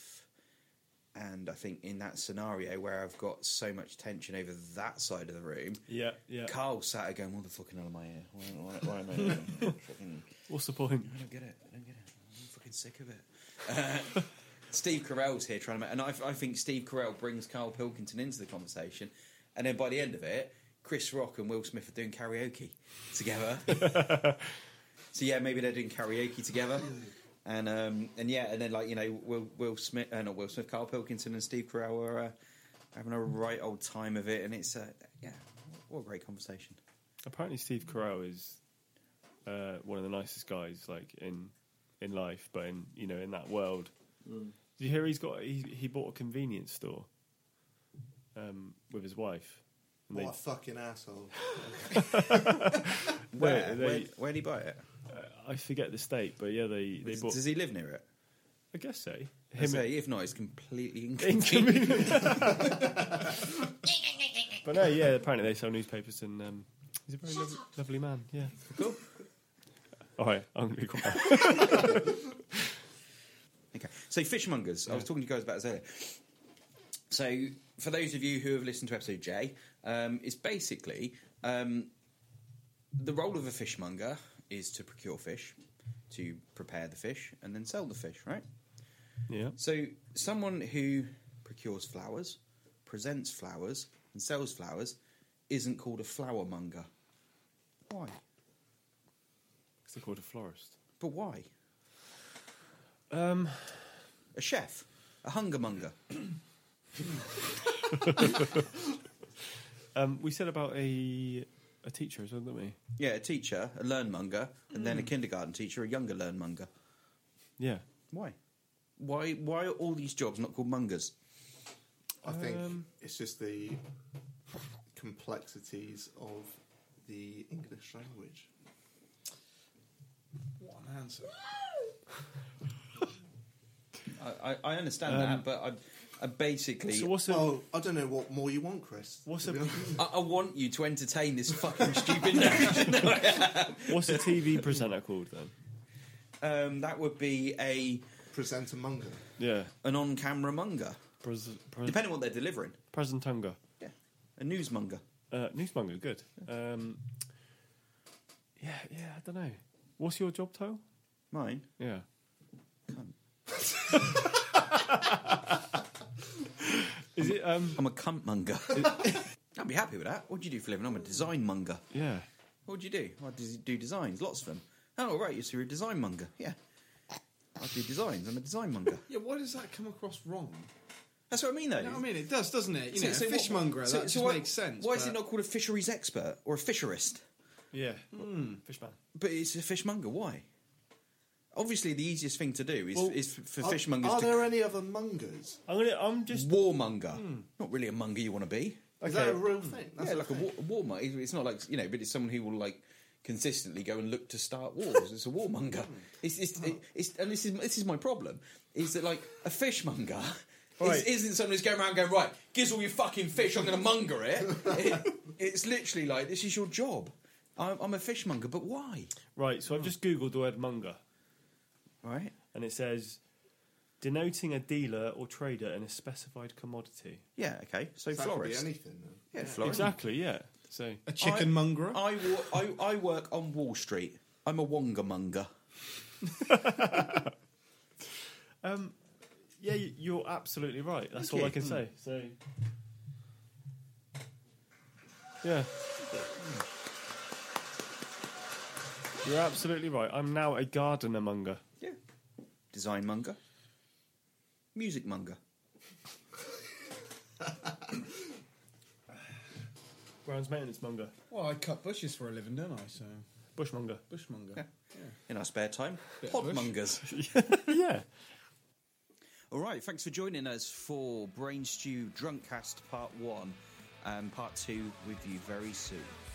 Speaker 3: And I think in that scenario where I've got so much tension over that side of the room,
Speaker 2: yeah, yeah.
Speaker 3: Carl sat there going, "What the fucking hell am I here? Why, why, why am I here? I'm fucking,
Speaker 2: What's the point?
Speaker 3: I don't get it. I don't get it. I'm fucking sick of it." Uh, Steve Carell's here trying to make, and I, I think Steve Carell brings Carl Pilkington into the conversation, and then by the end of it, Chris Rock and Will Smith are doing karaoke together. so yeah, maybe they're doing karaoke together. And um, and yeah, and then like you know, Will Will Smith, uh, not Will Smith, Carl Pilkington and Steve Carell are uh, having a right old time of it, and it's uh, yeah, what a great conversation.
Speaker 2: Apparently, Steve Carell is uh, one of the nicest guys, like in in life, but in you know in that world. Did you hear he's got he he bought a convenience store um, with his wife. And
Speaker 4: What a fucking asshole!
Speaker 2: Where?
Speaker 3: Where?
Speaker 2: They-
Speaker 3: where, where did he buy it?
Speaker 2: they, I forget the state, but yeah, they they
Speaker 3: Does,
Speaker 2: bought.
Speaker 3: does he live near it?
Speaker 2: I guess so.
Speaker 3: I
Speaker 2: Him
Speaker 3: say, if not, it's completely inconvenient.
Speaker 2: inconvenient. but no, yeah. Apparently, they sell newspapers, and um, he's a very lovely, lovely man. Yeah.
Speaker 3: Cool.
Speaker 2: All right, I'm gonna be quiet.
Speaker 3: Okay. So fishmongers. I was talking to you guys about this earlier. So for those of you who have listened to episode J, um, it's basically um, the role of a fishmonger is to procure fish, to prepare the fish, and then sell the fish. Right.
Speaker 2: yeah.
Speaker 3: So someone who procures flowers, presents flowers, and sells flowers isn't called a flowermonger. Why?
Speaker 2: It's called a florist.
Speaker 3: But why?
Speaker 2: Um,
Speaker 3: A chef, a hungermonger.
Speaker 2: um, we said about a a teacher as well, didn't we?
Speaker 3: Yeah, a teacher, a learnmonger, and then a kindergarten teacher, a younger learnmonger.
Speaker 2: Yeah.
Speaker 3: Why? Why? Why are all these jobs not called mongers?
Speaker 4: I think
Speaker 2: Um,
Speaker 4: it's just the complexities of the English language.
Speaker 5: What an answer.
Speaker 3: I, I, I understand that, but I, I basically
Speaker 2: So what's a
Speaker 4: Well, Oh, I don't know what more you want, Chris.
Speaker 2: What's
Speaker 4: to
Speaker 2: a-
Speaker 4: be honest.
Speaker 3: I, I want you to entertain this fucking stupid notion.
Speaker 2: what's a TV presenter called then?
Speaker 3: Um, that would be a
Speaker 4: presenter monger?
Speaker 2: Yeah.
Speaker 3: an on-camera monger,
Speaker 2: Pres- pres-
Speaker 3: depending on what they're delivering.
Speaker 2: presentunga.
Speaker 3: Yeah, a newsmonger.
Speaker 2: Uh, newsmonger, good. Um, yeah, yeah. I don't know. What's your job title?
Speaker 3: Mine.
Speaker 2: Yeah. Is it? Um,
Speaker 3: I'm a cunt monger. I'd be happy with that. What do you do for a living? I'm a design monger.
Speaker 2: yeah.
Speaker 3: What do you do? I des- do designs, lots of them. Oh, right, you're a design monger. Yeah. I do designs. I'm a design monger.
Speaker 5: Yeah, why does that come across wrong?
Speaker 3: That's what I mean, though.
Speaker 5: You know what I mean? It does, doesn't it? You
Speaker 3: So-
Speaker 5: know,
Speaker 3: so what-
Speaker 5: fishmonger,
Speaker 3: so-
Speaker 5: that
Speaker 3: so
Speaker 5: just
Speaker 3: why-
Speaker 5: makes sense.
Speaker 3: Why is
Speaker 5: but-
Speaker 3: it not called a fisheries expert or a fisherist?
Speaker 2: Yeah. Fishman.
Speaker 3: But it's a fishmonger. Why? Obviously, the easiest thing to do is,
Speaker 2: Well,
Speaker 3: is for
Speaker 4: Are-
Speaker 3: fishmongers
Speaker 4: Are
Speaker 3: to
Speaker 4: there any other mongers?
Speaker 2: I'm gonna. I'm just.
Speaker 3: warmonger.
Speaker 5: Hmm.
Speaker 3: Not really a monger you want to be.
Speaker 4: Is that a real thing? That's
Speaker 3: yeah,
Speaker 4: a
Speaker 3: like a,
Speaker 4: thing.
Speaker 3: war, a warmonger. It's not like you know, but it's someone who will like consistently go and look to start wars. it's a warmonger. It's, it's, it's and this is this is my problem is that like a fishmonger.
Speaker 2: Alright.
Speaker 3: Is, isn't someone who's going around going right? Gives all your fucking fish. I'm going to monger it. It- It's literally like this is your job. I'm, I'm a fishmonger, but why?
Speaker 2: Right. So I've just googled the word monger,
Speaker 3: Right?
Speaker 2: and it says denoting a dealer or trader in a specified commodity.
Speaker 3: Yeah. Okay. So
Speaker 4: That could be
Speaker 3: florist.
Speaker 4: anything. Then.
Speaker 3: yeah, florist.
Speaker 2: Exactly. Yeah. So.
Speaker 5: a chicken mongerer?
Speaker 3: I, wa- I, I work on Wall Street. I'm a wonga monger.
Speaker 2: Yeah, you- you're absolutely right. That's
Speaker 3: Thank
Speaker 2: all I
Speaker 3: you.
Speaker 2: can say. So, yeah, you're absolutely right. I'm now a gardener monger.
Speaker 3: Yeah. Design monger. Music monger.
Speaker 2: Grounds maintenance monger,
Speaker 5: Well, I cut bushes for a living, don't I? So,
Speaker 2: bushmonger.
Speaker 5: bushmonger.
Speaker 3: Yeah. In our spare time,
Speaker 5: Bit of bush.
Speaker 3: podmongers.
Speaker 2: yeah,
Speaker 3: All right, thanks for joining us Um, for Brain Stew Drunkcast Part 1 and Part 2 with you very soon.